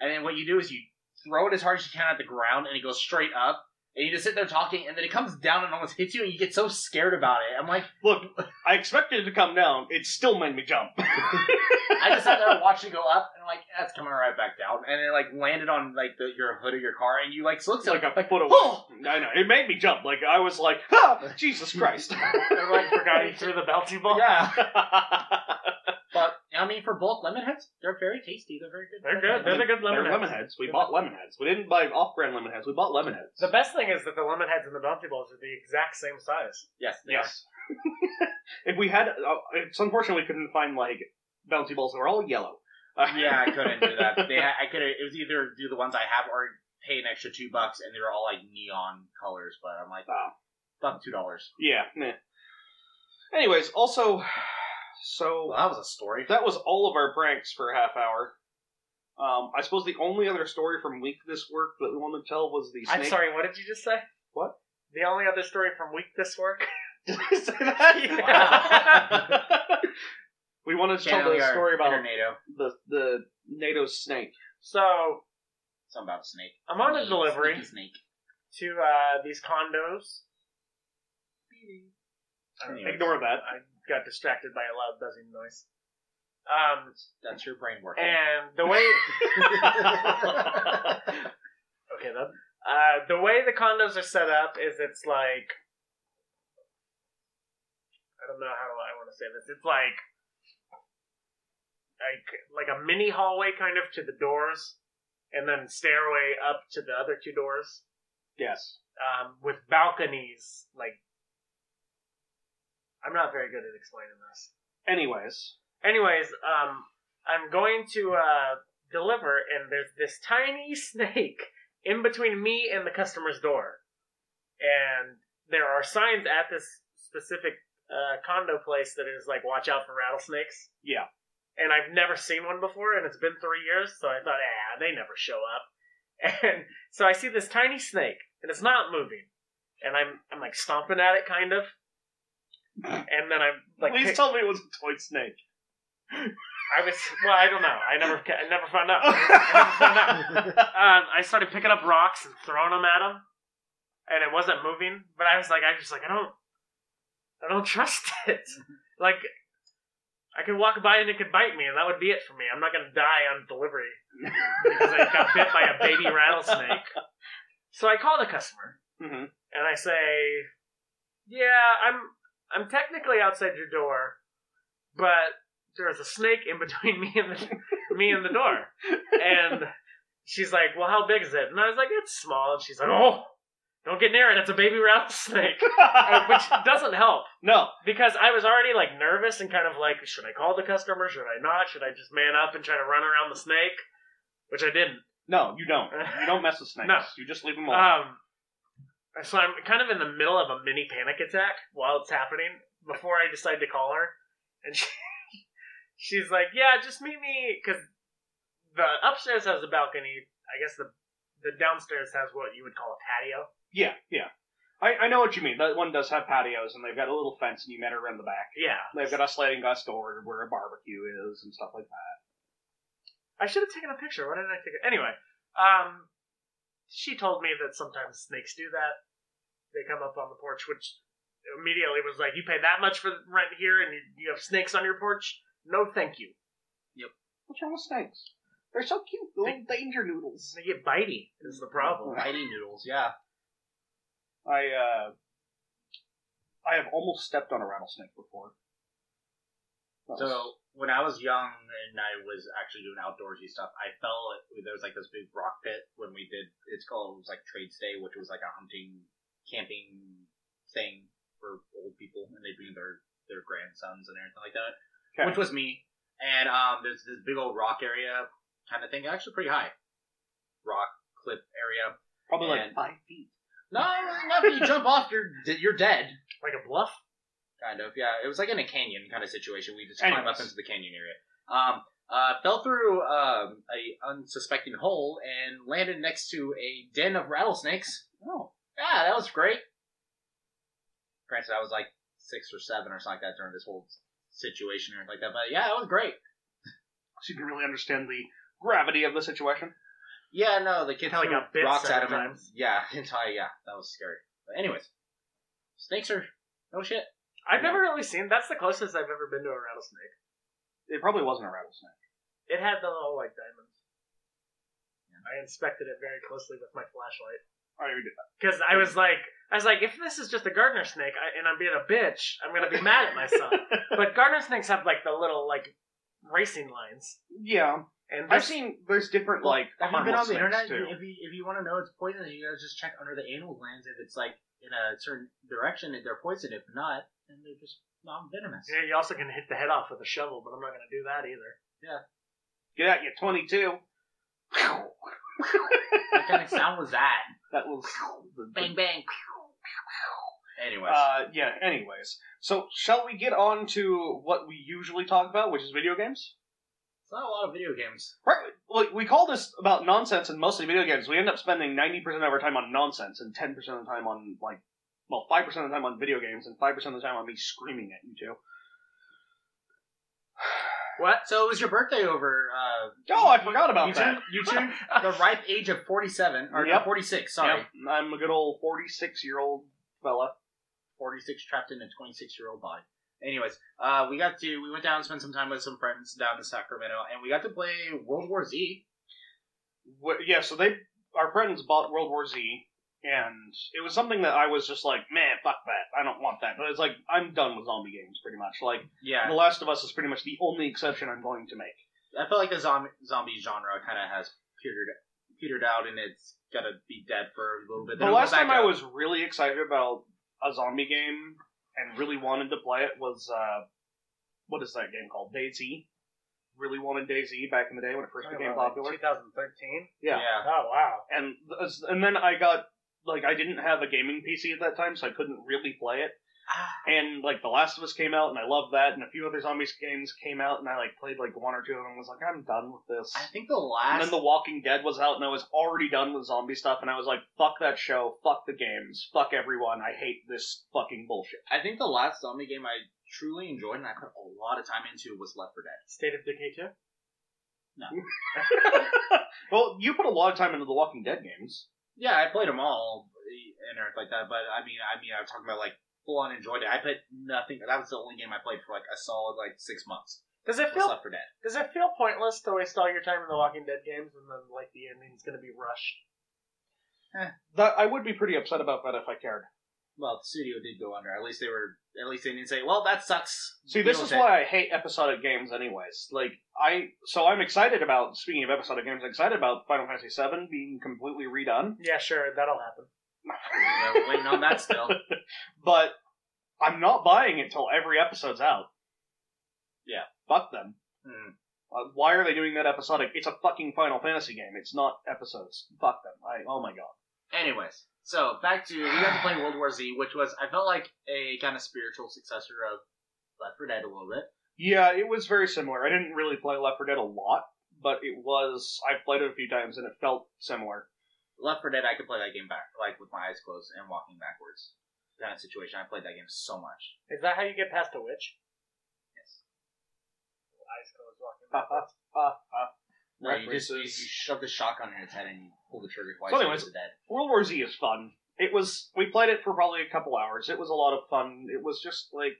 [SPEAKER 2] and then what you do is you throw it as hard as you can at the ground, and it goes straight up. And you just sit there talking, and then it comes down and almost hits you, and you get so scared about it. I'm like,
[SPEAKER 1] look i expected it to come down it still made me jump
[SPEAKER 2] I just sat there and watched it go up, and I'm like, that's coming right back down. And it like landed on like the, your hood of your car, and you like looked
[SPEAKER 1] it's
[SPEAKER 2] at
[SPEAKER 1] like
[SPEAKER 2] *laughs* it,
[SPEAKER 1] a foot away
[SPEAKER 2] oh,
[SPEAKER 1] i know it made me jump like i was like ah, jesus christ *laughs*
[SPEAKER 3] I
[SPEAKER 2] *laughs*
[SPEAKER 3] *laughs* like forgot he threw the bouncy ball.
[SPEAKER 2] yeah. But I mean, for both lemon heads, they're very tasty. They're very good.
[SPEAKER 3] They're good. They're the good lemon
[SPEAKER 1] They're
[SPEAKER 3] heads.
[SPEAKER 1] lemon heads. We bought lemon heads. We didn't buy off-brand lemon heads. We bought lemon heads.
[SPEAKER 3] The best thing is that the lemon heads and the bouncy balls are the exact same size.
[SPEAKER 2] Yes. They Are.
[SPEAKER 1] Yes. if we had, uh, it's unfortunate we couldn't find like bouncy balls that were all yellow. *laughs* Uh,
[SPEAKER 3] *laughs*
[SPEAKER 2] Yeah, I couldn't do that. They, ha- I could. It was either do the ones I have or pay an extra two bucks, and they're all like neon colors. But I'm like,
[SPEAKER 1] Oh.
[SPEAKER 2] fuck two dollars.
[SPEAKER 1] Yeah. meh. Anyways, also, so uh,
[SPEAKER 2] Well, that was a *laughs* story.
[SPEAKER 1] that was all of our pranks for a half hour. Um, I suppose the only other story from week this work that we wanted to tell was the snake.
[SPEAKER 3] I'm sorry, what did you just say?
[SPEAKER 1] What?
[SPEAKER 3] The only other story from week this work?
[SPEAKER 1] Did I say
[SPEAKER 3] *laughs*
[SPEAKER 1] that? we wanted to tell the
[SPEAKER 2] Chandelier,
[SPEAKER 1] story about
[SPEAKER 2] tornado.
[SPEAKER 1] the the NATO snake.
[SPEAKER 3] So,
[SPEAKER 2] Something about a snake.
[SPEAKER 3] I'm on a delivery
[SPEAKER 2] Sneaky snake.
[SPEAKER 3] to uh, these condos. I
[SPEAKER 2] Anyways.
[SPEAKER 1] Ignore that.
[SPEAKER 3] I got distracted by a loud buzzing noise. Um,
[SPEAKER 2] That's your brain working. *laughs*
[SPEAKER 3] and the way Okay, then. Uh, the way the condos are set up is it's like I don't know how I want to say this. It's like like like a mini hallway kind of to the doors, and then stairway up to the other two doors
[SPEAKER 1] Yes.
[SPEAKER 3] um, with balconies. Like I'm not very good at explaining this.
[SPEAKER 1] Anyways,
[SPEAKER 3] Anyways, um, I'm going to uh, deliver, and there's this tiny *laughs* snake in between me and the customer's door. And there are signs at this specific uh, condo place that is like, watch out for rattlesnakes.
[SPEAKER 1] Yeah.
[SPEAKER 3] And I've never seen one before, and it's been three years, so I thought, ah, they never show up. *laughs* And so I see this tiny snake, and it's not moving. And I'm, I'm like stomping at it, kind of. And then I'm like,
[SPEAKER 1] please
[SPEAKER 3] pick-
[SPEAKER 1] tell me it was a toy
[SPEAKER 3] *laughs*
[SPEAKER 1] snake.
[SPEAKER 3] I was well. I don't know. I never, I never found out.
[SPEAKER 1] *laughs*
[SPEAKER 3] I never found out. Um, I started picking up rocks and throwing them at him, and it wasn't moving. But I was like, I just like, I don't, I don't trust *laughs* it. Like, I could walk by and it could bite me, and that would be it for me. I'm not gonna die on delivery because I got bit by a baby rattlesnake. So I call the customer
[SPEAKER 1] hmm
[SPEAKER 3] and I say, "Yeah, I'm I'm technically outside your door, but there's a snake in between *laughs* me and the me and the door." And she's like, "Well, how big is it?" And I was like, "It's small." And she's like, "Oh, don't get near it. It's a baby rattlesnake," *laughs* Uh, which doesn't help
[SPEAKER 1] *laughs* no.
[SPEAKER 3] because I was already like nervous and kind of like, should I call the customer? Should I not? Should I just man up and try to run around the snake? Which I didn't. *laughs*
[SPEAKER 1] No, you don't. You don't mess with snakes.
[SPEAKER 3] No.
[SPEAKER 1] You just leave them alone.
[SPEAKER 3] Um, so I'm kind of in the middle of a mini panic attack while it's happening before I decide to call her, and she, *laughs* she's like, "Yeah, just meet me because the upstairs has a balcony. I guess the the downstairs has what you would call a patio.
[SPEAKER 1] yeah, yeah. I, I know what you mean. That one does have patios, and they've got a little fence, and you met her around the back.
[SPEAKER 3] Yeah,
[SPEAKER 1] They've got a sliding glass door where a barbecue is and stuff like that.
[SPEAKER 3] I should have taken a picture. Why didn't I take it? Anyway, um, she told me that sometimes snakes do that. They come up on the porch, which immediately was like, "You pay that much for rent here, and you, you have snakes on your porch? No, thank you.
[SPEAKER 1] What's wrong with snakes? They're so cute. The little danger noodles.
[SPEAKER 3] They get bitey. Is the problem?
[SPEAKER 2] Mighty noodles. Yeah.
[SPEAKER 1] I uh, I have almost stepped on a rattlesnake before. That was-
[SPEAKER 2] So when I was young and I was actually doing outdoorsy stuff, I fell. There was like this big rock pit when we did. It's called it was like Trades Day, which was like a hunting, camping thing for old people, and they bring their their grandsons and everything like that,
[SPEAKER 1] Okay.
[SPEAKER 2] which was me. And um, there's this big old rock area kind of thing, actually pretty high, rock cliff area.
[SPEAKER 1] probably like
[SPEAKER 2] and-
[SPEAKER 1] five feet.
[SPEAKER 2] No, not if you jump off, you're you're dead.
[SPEAKER 1] Mm-hmm.
[SPEAKER 3] Like a bluff?
[SPEAKER 2] Kind of, yeah. It was like in a canyon kind of situation. We just climbed
[SPEAKER 1] Anyways.
[SPEAKER 2] up into the canyon area. Um, uh, fell through um, a unsuspecting hole and landed next to a den of rattlesnakes.
[SPEAKER 1] Oh,
[SPEAKER 2] Yeah, that was great. Granted, I was like six or seven or something like that during this whole situation or like that, but yeah, that was great.
[SPEAKER 1] so you can really understand the gravity of the situation.
[SPEAKER 2] Yeah, no, the kid
[SPEAKER 3] Kinda like
[SPEAKER 2] threw
[SPEAKER 3] got bit
[SPEAKER 2] rocks at him.
[SPEAKER 3] several
[SPEAKER 2] and-
[SPEAKER 3] times.
[SPEAKER 2] Yeah, *laughs* entire yeah, that was scary. But anyways, snakes are no shit.
[SPEAKER 3] I've
[SPEAKER 2] Yeah.
[SPEAKER 3] never really seen. That's the closest I've ever been to a rattlesnake.
[SPEAKER 1] It probably wasn't a rattlesnake.
[SPEAKER 3] It had the little like diamonds. I inspected it very closely with my flashlight
[SPEAKER 1] I already did
[SPEAKER 3] because I was like, I was like, if this is just a gardener snake I, and I'm being a bitch, I'm gonna be mad
[SPEAKER 1] *laughs*
[SPEAKER 3] at myself. but gardener snakes have like the little like racing lines,
[SPEAKER 1] that. Yeah,
[SPEAKER 3] and
[SPEAKER 1] I've
[SPEAKER 3] this-
[SPEAKER 1] seen there's different like
[SPEAKER 2] have you been on
[SPEAKER 1] harmless
[SPEAKER 2] the internet?
[SPEAKER 1] snakes, too.
[SPEAKER 2] If you if you want to know it's poisonous, you gotta just check under the anal glands if it's like in a certain direction if they're poison. If not, then they're just non venomous.
[SPEAKER 3] Yeah, you also can hit the head off with a shovel, but I'm not gonna do that either.
[SPEAKER 1] Get out, you 22.
[SPEAKER 2] What kind of sound
[SPEAKER 1] *laughs*
[SPEAKER 2] was that?
[SPEAKER 1] That was the, the-
[SPEAKER 2] Bang bang. Anyways,
[SPEAKER 1] Uh, yeah. Anyways, so shall we get on to what we usually talk about, which is video games?
[SPEAKER 2] it's not a lot of video games.
[SPEAKER 1] Right. Like we call this about nonsense and mostly video games. We end up spending ninety percent of our time on nonsense and ten percent of the time on like, well, five percent of the time on video games and five percent of the time on me screaming at you two.
[SPEAKER 3] What?
[SPEAKER 2] So it was your birthday over. Uh,
[SPEAKER 1] Oh, I forgot about
[SPEAKER 2] you
[SPEAKER 1] that.
[SPEAKER 2] Turned,
[SPEAKER 1] *laughs*
[SPEAKER 2] you turned the ripe age of forty-seven or no,
[SPEAKER 1] Yep.
[SPEAKER 2] forty-six. Sorry,
[SPEAKER 1] Yep, I'm a good old forty-six-year-old fella.
[SPEAKER 2] forty-six trapped in a twenty-six-year-old body. Anyways, uh, we got to we went down and spent some time with some friends down in Sacramento, and we got to play World War Z.
[SPEAKER 1] Wh- Yeah. So they, our friends, bought World War Z. And it was something that I was just like, man, fuck that. I don't want that. But it's like, I'm done with zombie games, pretty much. Like,
[SPEAKER 2] Yeah,
[SPEAKER 1] The Last of Us is pretty much the only exception I'm going to make.
[SPEAKER 2] I felt like the zombie zombie genre kind of has petered petered out, and it's gotta be dead for a little bit.
[SPEAKER 1] the
[SPEAKER 2] Then it'll go
[SPEAKER 1] last time
[SPEAKER 2] back
[SPEAKER 1] I
[SPEAKER 2] up.
[SPEAKER 1] was really excited about a zombie game and really wanted to play it was uh, what is that game called? DayZ. Really wanted DayZ back in the day when it first became popular.
[SPEAKER 3] 2013.
[SPEAKER 1] yeah.
[SPEAKER 2] yeah.
[SPEAKER 3] Oh wow.
[SPEAKER 1] And th- and then I got like I didn't have a gaming PC at that time, so I couldn't really play it.
[SPEAKER 2] Ah.
[SPEAKER 1] And like The Last of Us came out, and I loved that. And a few other zombies games came out, and I like played like one or two of them. And was like, I'm done with this.
[SPEAKER 2] I think the
[SPEAKER 1] And
[SPEAKER 2] last
[SPEAKER 1] then The Walking Dead was out, and I was already done with zombie stuff, and I was like, fuck that show, fuck the games, fuck everyone, I hate this fucking bullshit.
[SPEAKER 2] I think the last zombie game I truly enjoyed and I put a lot of time into was Left 4 Dead.
[SPEAKER 3] State of Decay 2.
[SPEAKER 1] Well, you put a lot of time into The Walking Dead games.
[SPEAKER 2] Yeah, I played them all and everything like that, but I mean, I mean, I'm talking about like full on enjoyed it. I put nothing. That was the only game I played for like a solid like six months.
[SPEAKER 3] Does it
[SPEAKER 2] Was
[SPEAKER 3] feel
[SPEAKER 2] Left 4 Dead.
[SPEAKER 3] Does it feel pointless to waste all your time in the Walking Dead games and then like the ending's gonna be rushed?
[SPEAKER 1] That I would be pretty upset about that if I cared.
[SPEAKER 2] Well, the studio did go under. At least they were. At least they didn't say, "Well, that sucks."
[SPEAKER 1] See,
[SPEAKER 2] Deal
[SPEAKER 1] this
[SPEAKER 2] with
[SPEAKER 1] is
[SPEAKER 2] it."
[SPEAKER 1] why I hate episodic games anyways. Like, I, so I'm excited about, speaking of episodic games, I'm excited about Final Fantasy VII being completely redone.
[SPEAKER 3] Yeah, sure, that'll happen.
[SPEAKER 2] Yeah, we're waiting on that still.
[SPEAKER 1] *laughs* But I'm not buying it till every episode's out.
[SPEAKER 2] Yeah.
[SPEAKER 1] Fuck them.
[SPEAKER 2] Hmm.
[SPEAKER 1] Uh, why are they doing that episodic? It's a fucking Final Fantasy game. It's not episodes. Fuck them. I, oh my god.
[SPEAKER 2] Anyways, so back to we got to play World War Z, which was I felt like a kind of spiritual successor of Left 4 Dead a little bit.
[SPEAKER 1] Yeah, it was very similar. I didn't really play Left 4 Dead a lot, but it was. I played it a few times and it felt similar.
[SPEAKER 2] Left 4 Dead, I could play that game back, like with my eyes closed and walking backwards. Kind of situation. I played that game so much.
[SPEAKER 3] Is that how you get past a witch?
[SPEAKER 2] Yes.
[SPEAKER 3] Eyes closed, walking *laughs*
[SPEAKER 1] Ha, ha, ha, ha.
[SPEAKER 2] No, you just you, you
[SPEAKER 1] References.
[SPEAKER 2] shove the shotgun in its head and you pull the trigger twice.
[SPEAKER 1] So
[SPEAKER 2] and
[SPEAKER 1] anyways-
[SPEAKER 2] it's dead.
[SPEAKER 1] World War Z is fun. It was. We played it for probably a couple hours. It was a lot of fun. It was just like.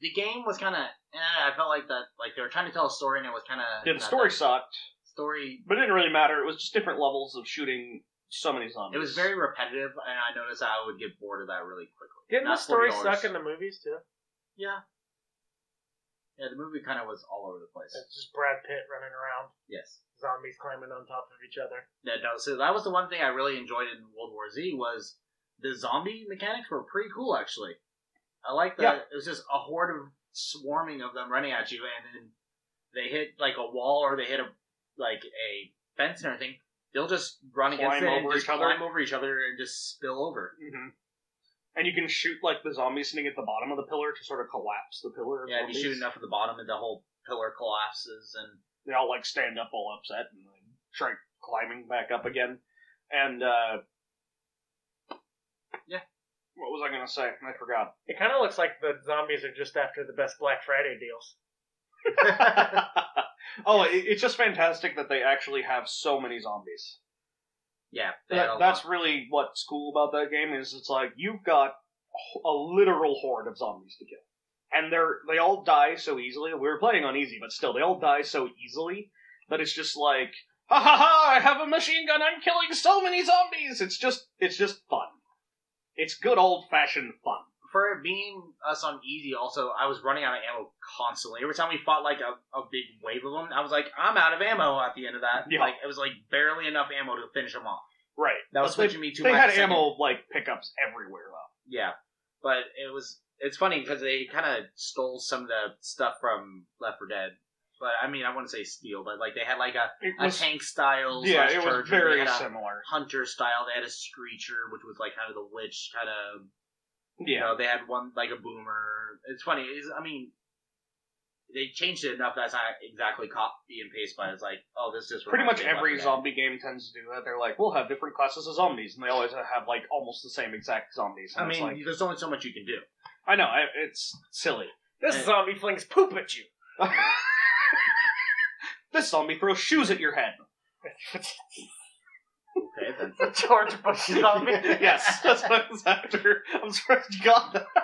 [SPEAKER 2] The game was kind of. I felt like that. Like they were trying to tell a story and it was kind of.
[SPEAKER 1] Yeah, the story sucked,
[SPEAKER 2] Story.
[SPEAKER 1] but it didn't really matter. It was just different levels of shooting so many zombies.
[SPEAKER 2] It was very repetitive, and I noticed I would get bored of that really quickly.
[SPEAKER 3] Didn't
[SPEAKER 2] Not
[SPEAKER 3] the story
[SPEAKER 2] $40.
[SPEAKER 3] suck in the movies too?
[SPEAKER 2] Yeah. Yeah, the movie kind of was all over the place.
[SPEAKER 3] It's just Brad Pitt running around,
[SPEAKER 2] Yes.
[SPEAKER 3] zombies climbing on top of each other.
[SPEAKER 2] Yeah, no, so that was the one thing I really enjoyed in World War Z was the zombie mechanics were pretty cool actually. I like that
[SPEAKER 1] Yeah.
[SPEAKER 2] it was just a horde of swarming of them running at you and then they hit like a wall or they hit a like a fence and everything. They'll just run against
[SPEAKER 1] Climb
[SPEAKER 2] it and
[SPEAKER 1] over
[SPEAKER 2] just
[SPEAKER 1] each other.
[SPEAKER 2] climb over each other and just spill over.
[SPEAKER 1] hmm And you can shoot like the zombies sitting at the bottom of the pillar to sort of collapse the pillar. Of
[SPEAKER 2] Yeah, if
[SPEAKER 1] zombies.
[SPEAKER 2] you shoot enough at the bottom and the whole pillar collapses and
[SPEAKER 1] They all like stand up all upset and like, try climbing back up again. And uh
[SPEAKER 2] Yeah.
[SPEAKER 1] What was I gonna say? I
[SPEAKER 3] *laughs*
[SPEAKER 1] forgot. *laughs*
[SPEAKER 3] It kind of looks like the zombies are just after the best Black Friday deals.
[SPEAKER 1] oh, it, it's just fantastic that they actually have so many zombies.
[SPEAKER 2] yeah, they had a
[SPEAKER 1] That, that's
[SPEAKER 2] lot.
[SPEAKER 1] really what's cool about that game is it's like you've got a literal horde of zombies to kill, and they're they all die so easily. We were playing on easy, but still, they all die so easily that it's just like ha ha ha! I have a machine gun. I'm killing so many zombies. It's just it's just fun. It's good old fashioned fun.
[SPEAKER 2] for it being us on easy, also, I was running out of ammo constantly. Every time we fought like a, a big wave of them, I was like, I'm out of ammo at the end of that.
[SPEAKER 1] Yeah.
[SPEAKER 2] Like it was like barely enough ammo to finish them off.
[SPEAKER 1] Right.
[SPEAKER 2] That was
[SPEAKER 1] But
[SPEAKER 2] switching me to
[SPEAKER 1] they, they
[SPEAKER 2] my
[SPEAKER 1] had
[SPEAKER 2] second-
[SPEAKER 1] ammo like pickups everywhere though.
[SPEAKER 2] Yeah, but it was it's funny because they kind of stole some of the stuff from Left 4 Dead but I mean, I wouldn't say steel, but like they had like a,
[SPEAKER 1] It
[SPEAKER 2] a
[SPEAKER 1] was,
[SPEAKER 2] tank style.
[SPEAKER 1] yeah,
[SPEAKER 2] slash
[SPEAKER 1] it was
[SPEAKER 2] charger. They
[SPEAKER 1] very
[SPEAKER 2] had a
[SPEAKER 1] similar.
[SPEAKER 2] hunter style. They had a screecher, which was like kind of the witch kind of. You
[SPEAKER 1] Yeah,
[SPEAKER 2] know, they had one like a boomer. It's funny. It's, I mean, they changed it enough that's not exactly copy and paste, but it's like, oh, this just
[SPEAKER 1] pretty
[SPEAKER 2] reminds
[SPEAKER 1] much
[SPEAKER 2] me of
[SPEAKER 1] every
[SPEAKER 2] Walking Dead.
[SPEAKER 1] zombie game tends to do that. They're like, we'll have different classes of zombies, and they always have like almost the same exact zombies. And
[SPEAKER 2] I mean,
[SPEAKER 1] it's like,
[SPEAKER 2] there's only so much you can do.
[SPEAKER 1] I know I- it's silly. *laughs*
[SPEAKER 3] This
[SPEAKER 2] And-
[SPEAKER 3] zombie flings poop at you.
[SPEAKER 1] this zombie throws shoes at your head. *laughs*
[SPEAKER 2] Okay, then.
[SPEAKER 3] The George Bush zombie.
[SPEAKER 1] yes, *laughs* that's what I was after. I'm sorry you got that. *laughs*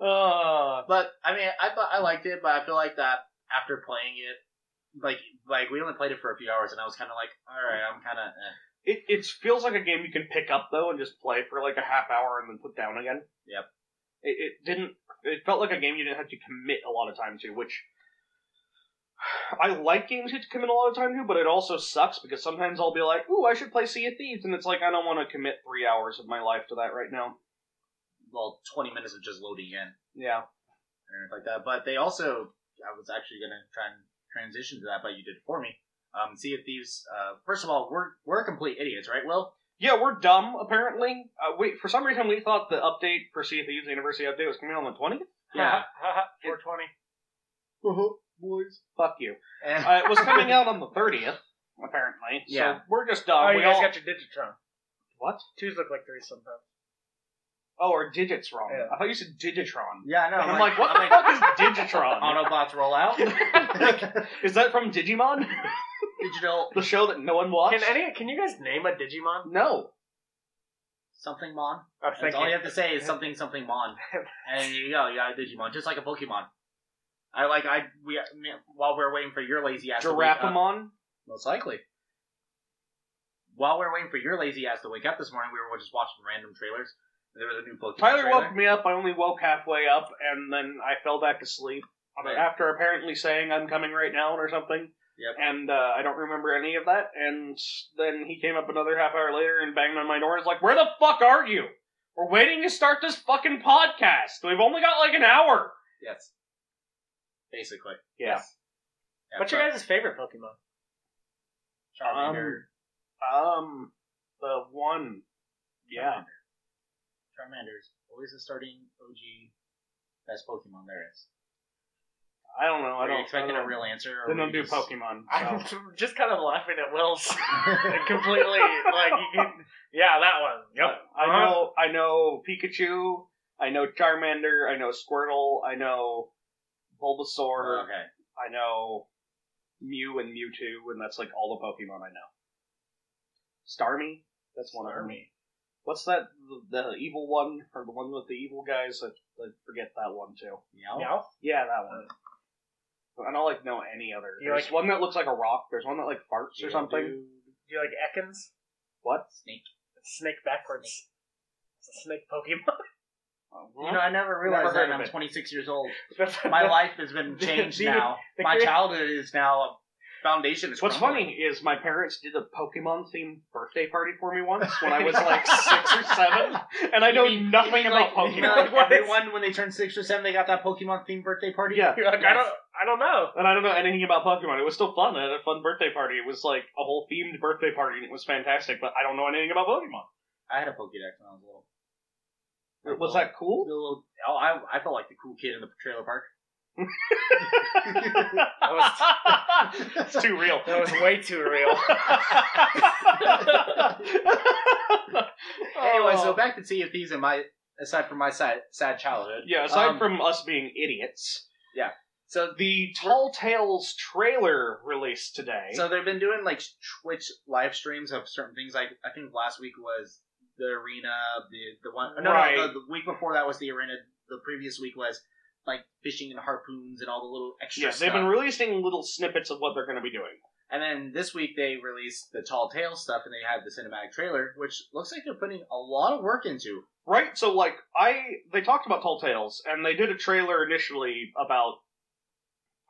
[SPEAKER 1] Uh,
[SPEAKER 2] *laughs* But I mean, I thought I liked it, but I feel like that after playing it, like like we only played it for a few hours, and I was kind of like, all right, I'm kind of. Eh.
[SPEAKER 1] it, it feels like a game you can pick up though and just play for like a half hour and then put down again.
[SPEAKER 2] Yep.
[SPEAKER 1] It, it didn't. It felt like a game you didn't have to commit a lot of time to, which I like games you have to commit a lot of time to, but it also sucks because sometimes I'll be like, "Ooh, I should play Sea of Thieves," and it's like I don't want to commit three hours of my life to that right now.
[SPEAKER 2] well, 20 minutes of just loading in and
[SPEAKER 1] Yeah.
[SPEAKER 2] everything like that. But they also, I was actually going to try and transition to that, but you did it for me. Um, sea of Thieves, uh, first of all, we're, we're complete idiots, right, Will?
[SPEAKER 1] Yeah, we're dumb, apparently. Uh, we, for some reason, we thought the update for Sea of Thieves, the University update, was coming out on the 20th?
[SPEAKER 2] *laughs* Yeah.
[SPEAKER 3] 420.
[SPEAKER 2] Boys.
[SPEAKER 1] Fuck you.
[SPEAKER 2] And,
[SPEAKER 1] Uh, it was coming out on the 30th, apparently.
[SPEAKER 2] Yeah.
[SPEAKER 1] So we're just
[SPEAKER 2] Uh,
[SPEAKER 1] dumb.
[SPEAKER 3] oh,
[SPEAKER 1] we
[SPEAKER 3] you guys
[SPEAKER 1] all-
[SPEAKER 3] got your Digitron.
[SPEAKER 1] What?
[SPEAKER 3] Twos look like threes sometimes.
[SPEAKER 1] Oh, our digits wrong.
[SPEAKER 3] Yeah.
[SPEAKER 1] I thought you said Digitron.
[SPEAKER 2] yeah, I know.
[SPEAKER 1] I'm, like, what the
[SPEAKER 2] I'm like,
[SPEAKER 1] fuck is
[SPEAKER 3] *laughs*
[SPEAKER 1] Digitron?
[SPEAKER 2] *laughs* Autobots roll out.
[SPEAKER 1] *laughs* is that from Digimon? *laughs*
[SPEAKER 2] Digital
[SPEAKER 1] the show that no one watched?
[SPEAKER 3] Can any? Can you guys name a Digimon?
[SPEAKER 1] no.
[SPEAKER 2] something mon.
[SPEAKER 3] I'm
[SPEAKER 2] That's
[SPEAKER 3] thinking.
[SPEAKER 2] all you have to say is something something
[SPEAKER 1] *laughs*
[SPEAKER 2] mon, and there you go. You got a Digimon, just like a Pokemon. I like I we while we're waiting for your lazy
[SPEAKER 3] uh,
[SPEAKER 2] ass. to wake up-
[SPEAKER 1] Giraffamon?
[SPEAKER 2] Most likely. While we were waiting for your lazy ass to wake up this morning, we were just watching random trailers. There was a new Pokemon
[SPEAKER 1] Tyler
[SPEAKER 2] trailer.
[SPEAKER 1] woke me up. I only woke halfway up, and then I fell back to sleep. Um,
[SPEAKER 2] Right.
[SPEAKER 1] After apparently saying I'm coming right now or something.
[SPEAKER 2] Yep.
[SPEAKER 1] And uh, I don't remember any of that. And then he came up another half hour later and banged on my door and was like, Where the fuck are you? We're waiting to start this fucking podcast. We've only got like an hour.
[SPEAKER 2] Yes. Basically.
[SPEAKER 1] Yeah.
[SPEAKER 2] Yeah,
[SPEAKER 3] What's your guys' favorite Pokemon?
[SPEAKER 2] Charmander.
[SPEAKER 1] Um, Um, the one. Yeah.
[SPEAKER 2] Charmander. Charmander's always the starting OG best Pokemon there is.
[SPEAKER 1] I don't know. I
[SPEAKER 2] Are
[SPEAKER 1] don't.
[SPEAKER 2] you expecting
[SPEAKER 1] I
[SPEAKER 2] a
[SPEAKER 1] don't,
[SPEAKER 2] real answer? Or
[SPEAKER 1] They
[SPEAKER 2] were
[SPEAKER 1] don't
[SPEAKER 2] you
[SPEAKER 1] do
[SPEAKER 2] just-
[SPEAKER 1] Pokemon.
[SPEAKER 3] I'm
[SPEAKER 1] So.
[SPEAKER 3] *laughs* just kind of laughing at *laughs* Will's completely like you can, yeah that one. Yep.
[SPEAKER 1] I know. I know Pikachu. I know Charmander. I know Squirtle. I know Bulbasaur.
[SPEAKER 2] Oh, Okay.
[SPEAKER 1] I know Mew and Mewtwo, and that's like all the Pokemon I know. Starmie. That's one of them.
[SPEAKER 2] Starmie.
[SPEAKER 1] What's that? The, the evil one, or the one with the evil guys? I, I forget that one too.
[SPEAKER 2] Meow.
[SPEAKER 3] Uh, Meow?
[SPEAKER 1] Yeah, that one. I don't like know any other.
[SPEAKER 3] You
[SPEAKER 1] There's
[SPEAKER 3] like-
[SPEAKER 1] one that looks like a rock. There's one that like farts or
[SPEAKER 2] Yeah,
[SPEAKER 1] something.
[SPEAKER 2] dude.
[SPEAKER 3] Do you like Ekans?
[SPEAKER 1] What?
[SPEAKER 2] Snake.
[SPEAKER 3] Snake backwards. It's a snake Pokemon.
[SPEAKER 1] Uh-huh.
[SPEAKER 2] You know, I never
[SPEAKER 1] Never
[SPEAKER 2] realized
[SPEAKER 1] heard
[SPEAKER 2] that.
[SPEAKER 1] of
[SPEAKER 2] I'm
[SPEAKER 1] it.
[SPEAKER 2] 26 years
[SPEAKER 1] *laughs*
[SPEAKER 2] old.
[SPEAKER 3] *laughs* *laughs* That's-
[SPEAKER 2] My life has been changed
[SPEAKER 3] The-
[SPEAKER 2] now.
[SPEAKER 3] the
[SPEAKER 2] My
[SPEAKER 3] great-
[SPEAKER 2] childhood is now a foundation. Is
[SPEAKER 1] What's
[SPEAKER 2] crumbling.
[SPEAKER 1] funny is my parents did a Pokemon themed birthday party for me once when
[SPEAKER 2] *laughs*
[SPEAKER 1] I was like six or seven, and I know
[SPEAKER 2] You mean-
[SPEAKER 1] nothing
[SPEAKER 2] you mean
[SPEAKER 1] about
[SPEAKER 2] like-
[SPEAKER 1] Pokemon.
[SPEAKER 2] you mean
[SPEAKER 1] *laughs*
[SPEAKER 2] like
[SPEAKER 3] What?
[SPEAKER 2] everyone when they turn six or seven, they got that Pokemon themed birthday party.
[SPEAKER 1] yeah,
[SPEAKER 3] You're like, I don't. I don't know.
[SPEAKER 1] and I don't know anything about Pokemon. It was still fun. I had a fun birthday party. It was like a whole themed birthday party, and it was fantastic. But I don't know anything about Pokemon.
[SPEAKER 2] I had a Pokedex when I was little.
[SPEAKER 1] Was that
[SPEAKER 2] *laughs*
[SPEAKER 1] cool?
[SPEAKER 2] Little, oh, I, I felt like the cool kid in the trailer park. *laughs*
[SPEAKER 1] it's *laughs* too real. *laughs*
[SPEAKER 3] That was way too real.
[SPEAKER 2] Anyway,
[SPEAKER 1] Oh.
[SPEAKER 2] so back to Sea of Thieves and my aside from my sad, sad childhood.
[SPEAKER 1] Oh. yeah, aside
[SPEAKER 2] Um,
[SPEAKER 1] from us being idiots,
[SPEAKER 2] so
[SPEAKER 1] the Tall Tales trailer released today.
[SPEAKER 2] so they've been doing like Twitch live streams of certain things. Like I think last week was the arena, the the one no, no
[SPEAKER 1] Right.
[SPEAKER 2] the, the week before that was the arena. The previous week was like fishing and harpoons and all the little extra
[SPEAKER 1] yeah,
[SPEAKER 2] stuff.
[SPEAKER 1] they've been releasing little snippets of what they're going to be doing.
[SPEAKER 2] And then this week they released the Tall Tales stuff and they had the cinematic trailer, which looks like they're putting a lot of work into.
[SPEAKER 1] Right? So like I they talked about Tall Tales and they did a trailer initially about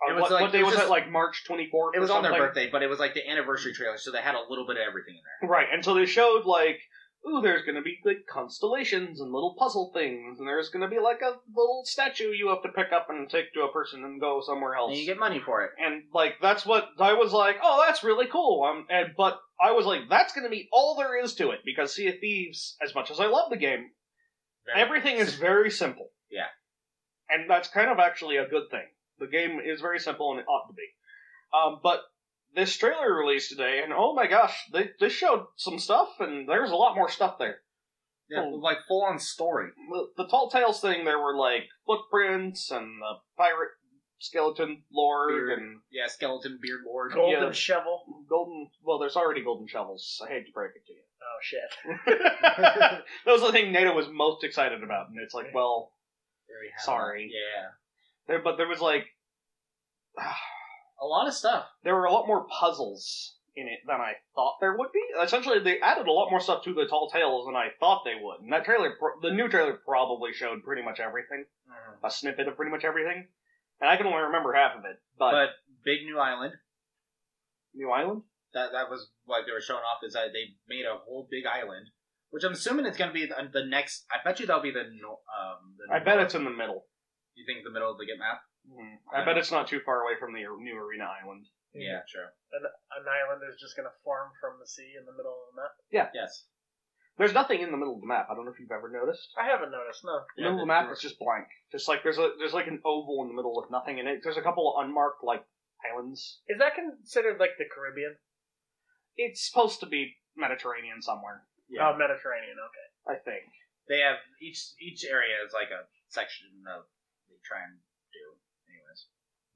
[SPEAKER 1] uh,
[SPEAKER 2] It was
[SPEAKER 1] what,
[SPEAKER 2] like-
[SPEAKER 1] what day
[SPEAKER 2] it was
[SPEAKER 1] was
[SPEAKER 2] just-
[SPEAKER 1] it like March 24th
[SPEAKER 2] It
[SPEAKER 1] or
[SPEAKER 2] was on
[SPEAKER 1] something?
[SPEAKER 2] their birthday, but it was like the anniversary trailer, so they had a little bit of everything in there.
[SPEAKER 1] Right. And so they showed like ooh, there's gonna be like constellations and little puzzle things, and there's gonna be like a little statue you have to pick up and take to a person and go somewhere else.
[SPEAKER 2] And you get money for it.
[SPEAKER 1] And like that's what I was like. Oh, that's really cool. Um, and but I was like, that's going to be all there is to it because Sea of Thieves, as much as I love the game,
[SPEAKER 2] Very-
[SPEAKER 1] everything is very simple.
[SPEAKER 2] Yeah.
[SPEAKER 1] and that's kind of actually a good thing. The game is very simple and it ought to be. Um, but this trailer released today, and oh my gosh, they they showed some stuff, and there's a lot more stuff there.
[SPEAKER 2] Yeah, like full on story.
[SPEAKER 1] The, the Tall Tales thing, there were like footprints and the pirate skeleton lord
[SPEAKER 2] Beard.
[SPEAKER 1] and
[SPEAKER 2] Yeah, skeleton beard lord.
[SPEAKER 3] Golden
[SPEAKER 1] Yeah.
[SPEAKER 3] shovel.
[SPEAKER 1] golden. Well, there's already golden shovels. I hate to break it to you.
[SPEAKER 3] Oh shit.
[SPEAKER 1] *laughs* that was the thing NATO was most excited about, and it's like, well,
[SPEAKER 2] Very happy.
[SPEAKER 1] Sorry.
[SPEAKER 2] Yeah,
[SPEAKER 1] there, but there was like
[SPEAKER 2] a lot of stuff.
[SPEAKER 1] there were a lot more puzzles in it than I thought there would be. Essentially, they added a lot more stuff to the Tall Tales than I thought they would. And that trailer, pro- the new trailer, probably showed pretty much everything,
[SPEAKER 2] Mm-hmm.
[SPEAKER 1] a snippet of pretty much everything, and I can only remember half of it. But,
[SPEAKER 2] But big new island.
[SPEAKER 1] New Island,
[SPEAKER 2] That that was what they were showing off is that they made a whole big island, which I'm assuming it's going to be the, the next. I bet you that'll be the. No, um, the
[SPEAKER 1] I bet it's in the middle.
[SPEAKER 2] You think the middle of the get map?
[SPEAKER 1] Mhm. I bet it's not too far away from the new Arena Island.
[SPEAKER 2] Yeah, sure.
[SPEAKER 3] An island is just gonna form from the sea in the middle of the map.
[SPEAKER 2] Yes.
[SPEAKER 1] There's nothing in the middle of the map. I don't know if you've ever noticed.
[SPEAKER 3] I haven't noticed. No.
[SPEAKER 1] The
[SPEAKER 2] Yeah,
[SPEAKER 1] middle of the
[SPEAKER 2] that's
[SPEAKER 1] map
[SPEAKER 2] true.
[SPEAKER 1] is just blank. Just like there's a there's like an oval in the middle with nothing in it. There's a couple of unmarked like islands.
[SPEAKER 3] Is that considered like the Caribbean?
[SPEAKER 1] It's supposed to be Mediterranean somewhere, Um,
[SPEAKER 2] Yeah.
[SPEAKER 3] Oh, Mediterranean. Okay.
[SPEAKER 1] I think.
[SPEAKER 2] they have each each area is like a section of they try and do anyways.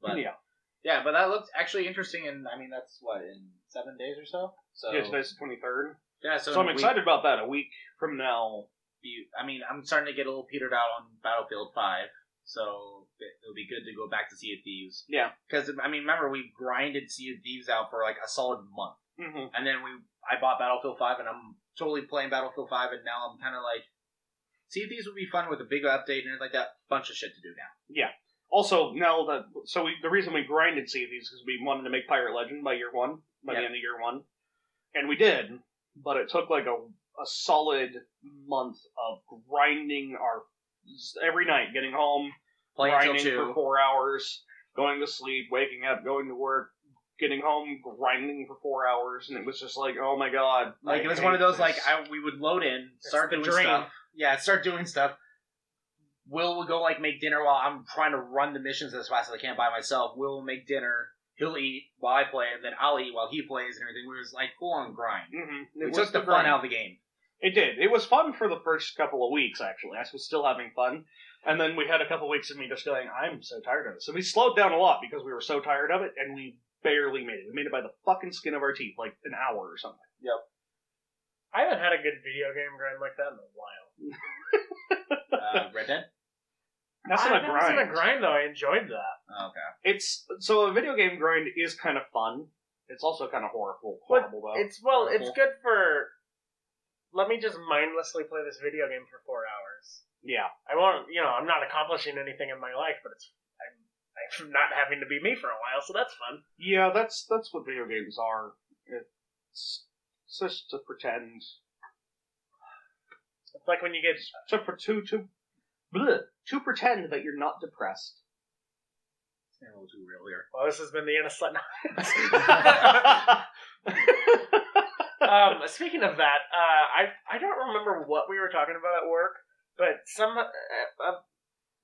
[SPEAKER 2] But yeah,
[SPEAKER 1] yeah,
[SPEAKER 2] but that looks actually interesting, and I mean that's what in seven days or so. So
[SPEAKER 1] yeah. Today's the twenty third,
[SPEAKER 2] yeah, uh, so,
[SPEAKER 1] so,
[SPEAKER 2] in a
[SPEAKER 1] I'm
[SPEAKER 2] week,
[SPEAKER 1] excited about that. A week from now,
[SPEAKER 2] you- I mean, I'm starting to get a little petered out on Battlefield Five, so it- it'll be good to go back to Sea of Thieves.
[SPEAKER 1] Yeah.
[SPEAKER 2] because I mean, remember we grinded Sea of Thieves out for like a solid month,
[SPEAKER 1] hmm
[SPEAKER 2] and then we I bought Battlefield Five, and I'm totally playing Battlefield Five, and now I'm kind of like. Sea of Thieves would be fun with a big update and like that bunch of shit to do now.
[SPEAKER 1] also now that so we, the reason we grinded Sea of Thieves because we wanted to make Pirate Legend by year one, by the
[SPEAKER 2] Yeah.
[SPEAKER 1] end of year one, and we did, but it took like a a solid month of grinding our every night, getting home,
[SPEAKER 2] Playing until
[SPEAKER 1] grinding
[SPEAKER 2] two.
[SPEAKER 1] for four hours, going to sleep, waking up, going to work, getting home, grinding for four hours, and it was just like, oh my god!
[SPEAKER 2] Like
[SPEAKER 1] I
[SPEAKER 2] it was
[SPEAKER 1] hate
[SPEAKER 2] one of those
[SPEAKER 1] this.
[SPEAKER 2] like I, we would load in,
[SPEAKER 3] It's
[SPEAKER 2] start
[SPEAKER 3] the
[SPEAKER 2] doing
[SPEAKER 3] dream.
[SPEAKER 2] stuff. Yeah, start doing stuff. Will will go like make dinner while I'm trying to run the missions as fast as I can by myself. Will will make dinner. He'll eat while I play, and then I'll eat while he plays and everything. We was like full on grind.
[SPEAKER 1] Mhm.
[SPEAKER 2] It,
[SPEAKER 1] It was
[SPEAKER 2] took the, fun
[SPEAKER 1] grind.
[SPEAKER 2] out of the game.
[SPEAKER 1] It did. It was fun for the first couple of weeks. Actually, I was still having fun, and then we had a couple weeks of me just going, I'm so tired of this. And we slowed down a lot because we were so tired of it, and we barely made it. We made it by the fucking skin of our teeth, like an hour or something.
[SPEAKER 3] I haven't had a good video game grind like that in a while.
[SPEAKER 2] Uh, Red Dead.
[SPEAKER 1] That's not
[SPEAKER 3] I-
[SPEAKER 1] a
[SPEAKER 3] that wasn't
[SPEAKER 1] grind.
[SPEAKER 3] a grind though. I enjoyed that.
[SPEAKER 2] Oh, okay.
[SPEAKER 1] It's so a video game grind is kind of fun. It's also kind of horrible. Horrible though.
[SPEAKER 3] It's well, it's
[SPEAKER 2] Wonderful.
[SPEAKER 3] good for. Let me just mindlessly play this video game for four hours.
[SPEAKER 1] yeah.
[SPEAKER 3] I won't. You know, I'm not accomplishing anything in my life, but it's. I'm, I'm not having to be me for a while, so that's fun.
[SPEAKER 1] Yeah, that's that's what video games are. It's, it's just to pretend,
[SPEAKER 3] It's like when you get
[SPEAKER 1] to pre- to to, bleh, to pretend that you're not depressed. *laughs*
[SPEAKER 2] It's getting a little too real here.
[SPEAKER 3] Well, this has been the innocent.
[SPEAKER 1] I
[SPEAKER 3] *laughs* um, speaking of that, uh, I I don't remember what we were talking about at work, but some uh, uh,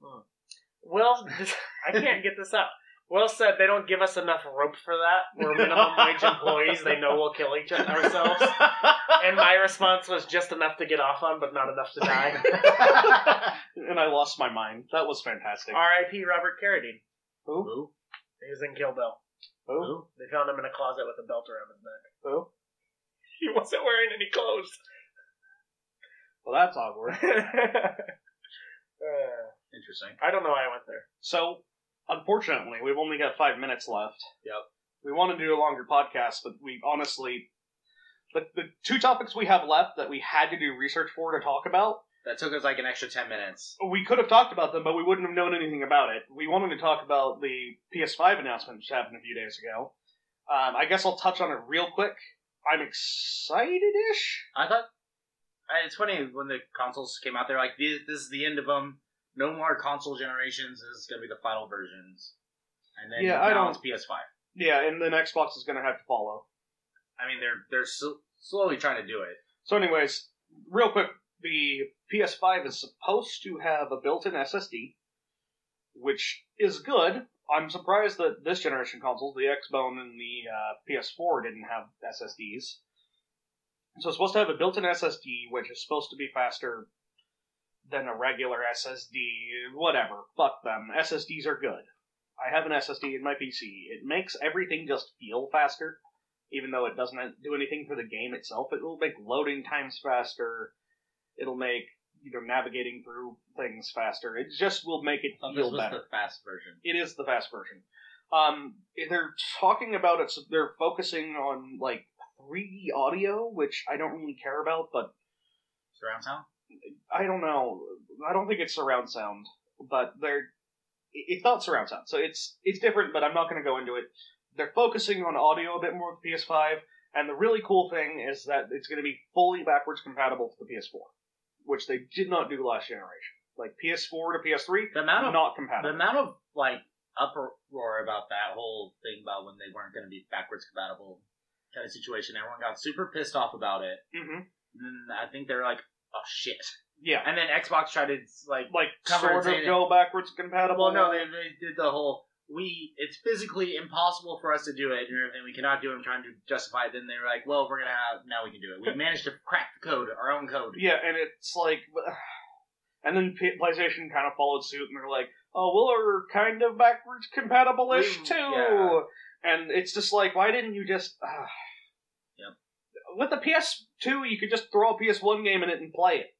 [SPEAKER 3] hmm. Will I can't get this out. Will said they don't give us enough rope for that. We're minimum wage employees. They know we'll kill each other ourselves. And my response was just enough to get off on, but not enough to *laughs* die.
[SPEAKER 1] and I lost my mind. That was fantastic.
[SPEAKER 3] R.I.P. Robert Carradine.
[SPEAKER 1] Who?
[SPEAKER 2] Who?
[SPEAKER 3] He was in Kill Bill.
[SPEAKER 1] Who?
[SPEAKER 3] They found him in a closet with a belt around his neck.
[SPEAKER 1] Who?
[SPEAKER 3] He wasn't wearing any clothes. *laughs*
[SPEAKER 1] Well, that's awkward.
[SPEAKER 3] Uh,
[SPEAKER 2] Interesting.
[SPEAKER 3] I don't know why I went there.
[SPEAKER 1] So, unfortunately, we've only got five minutes left.
[SPEAKER 2] Yep.
[SPEAKER 1] We want to do a longer podcast, but we honestly, the, the two topics we have left that we had to do research for to talk about
[SPEAKER 2] That took us like an extra ten minutes.
[SPEAKER 1] we could have talked about them, but we wouldn't have known anything about it. We wanted to talk about the PS5 announcement, which happened a few days ago. Um, I guess I'll touch on it real quick. I'm excited ish.
[SPEAKER 2] I thought I- It's funny when the consoles came out, they're like, "This, this is the end of them. No more console generations. This is gonna be the final versions." And then
[SPEAKER 1] Yeah,
[SPEAKER 2] now
[SPEAKER 1] I
[SPEAKER 2] it's PS5.
[SPEAKER 1] Yeah, and then Xbox is going to have to follow.
[SPEAKER 2] I mean, they're they're sl- slowly trying to do it.
[SPEAKER 1] So, anyways, real quick, the PS5 is supposed to have a built-in SSD, which is good. I'm surprised that this generation consoles, the Xbone and the uh, PS4, didn't have SSDs. So it's supposed to have a built-in SSD, which is supposed to be faster than a regular SSD. Whatever, fuck them. SSDs are good. I have an SSD in my PC. It makes everything just feel faster even though it doesn't do anything for the game itself, it will make loading times faster. It'll make you know navigating through things faster. It just will make it
[SPEAKER 2] So this
[SPEAKER 1] feel
[SPEAKER 2] was
[SPEAKER 1] better.
[SPEAKER 2] the fast version.
[SPEAKER 1] It is the fast version. Um, they're talking about it. They're focusing on like 3D audio, which I don't really care about, but
[SPEAKER 2] Surround sound.
[SPEAKER 1] I don't know. I don't think it's surround sound, but they're it- it's not surround sound, so it's it's different. But I'm not going to go into it. They're focusing on audio a bit more with PS5, and the really cool thing is that it's going to be fully backwards compatible to the PS4, which they did not do last generation. Like PS4 to PS3,
[SPEAKER 2] The amount of
[SPEAKER 1] not
[SPEAKER 2] the
[SPEAKER 1] compatible.
[SPEAKER 2] amount of like uproar about that whole thing about when they weren't going to be backwards compatible kind of situation. Everyone got super pissed off about it.
[SPEAKER 1] hmm
[SPEAKER 2] And then I think they're like, "Oh shit!"
[SPEAKER 1] Yeah,
[SPEAKER 2] And then Xbox tried to like,
[SPEAKER 1] like
[SPEAKER 2] Cover
[SPEAKER 1] sort of
[SPEAKER 2] data.
[SPEAKER 1] go backwards compatible.
[SPEAKER 2] well, no, they, they did the whole we. It's physically impossible for us to do it, and everything we cannot do. it," I'm trying to justify. It. Then they were like, "Well, we're gonna have now we can do it. We managed to crack the code, our own code."
[SPEAKER 1] Yeah, and it's like, *sighs* and then P- PlayStation kind of followed suit, and they're like, "Oh, well, we're kind of backwards compatible-ish
[SPEAKER 2] We-
[SPEAKER 1] too."
[SPEAKER 2] yeah.
[SPEAKER 1] And it's just like, why didn't you just? *sighs* Uh,
[SPEAKER 2] Yep.
[SPEAKER 1] With the PS2, you could just throw a PS1 game in it and play it.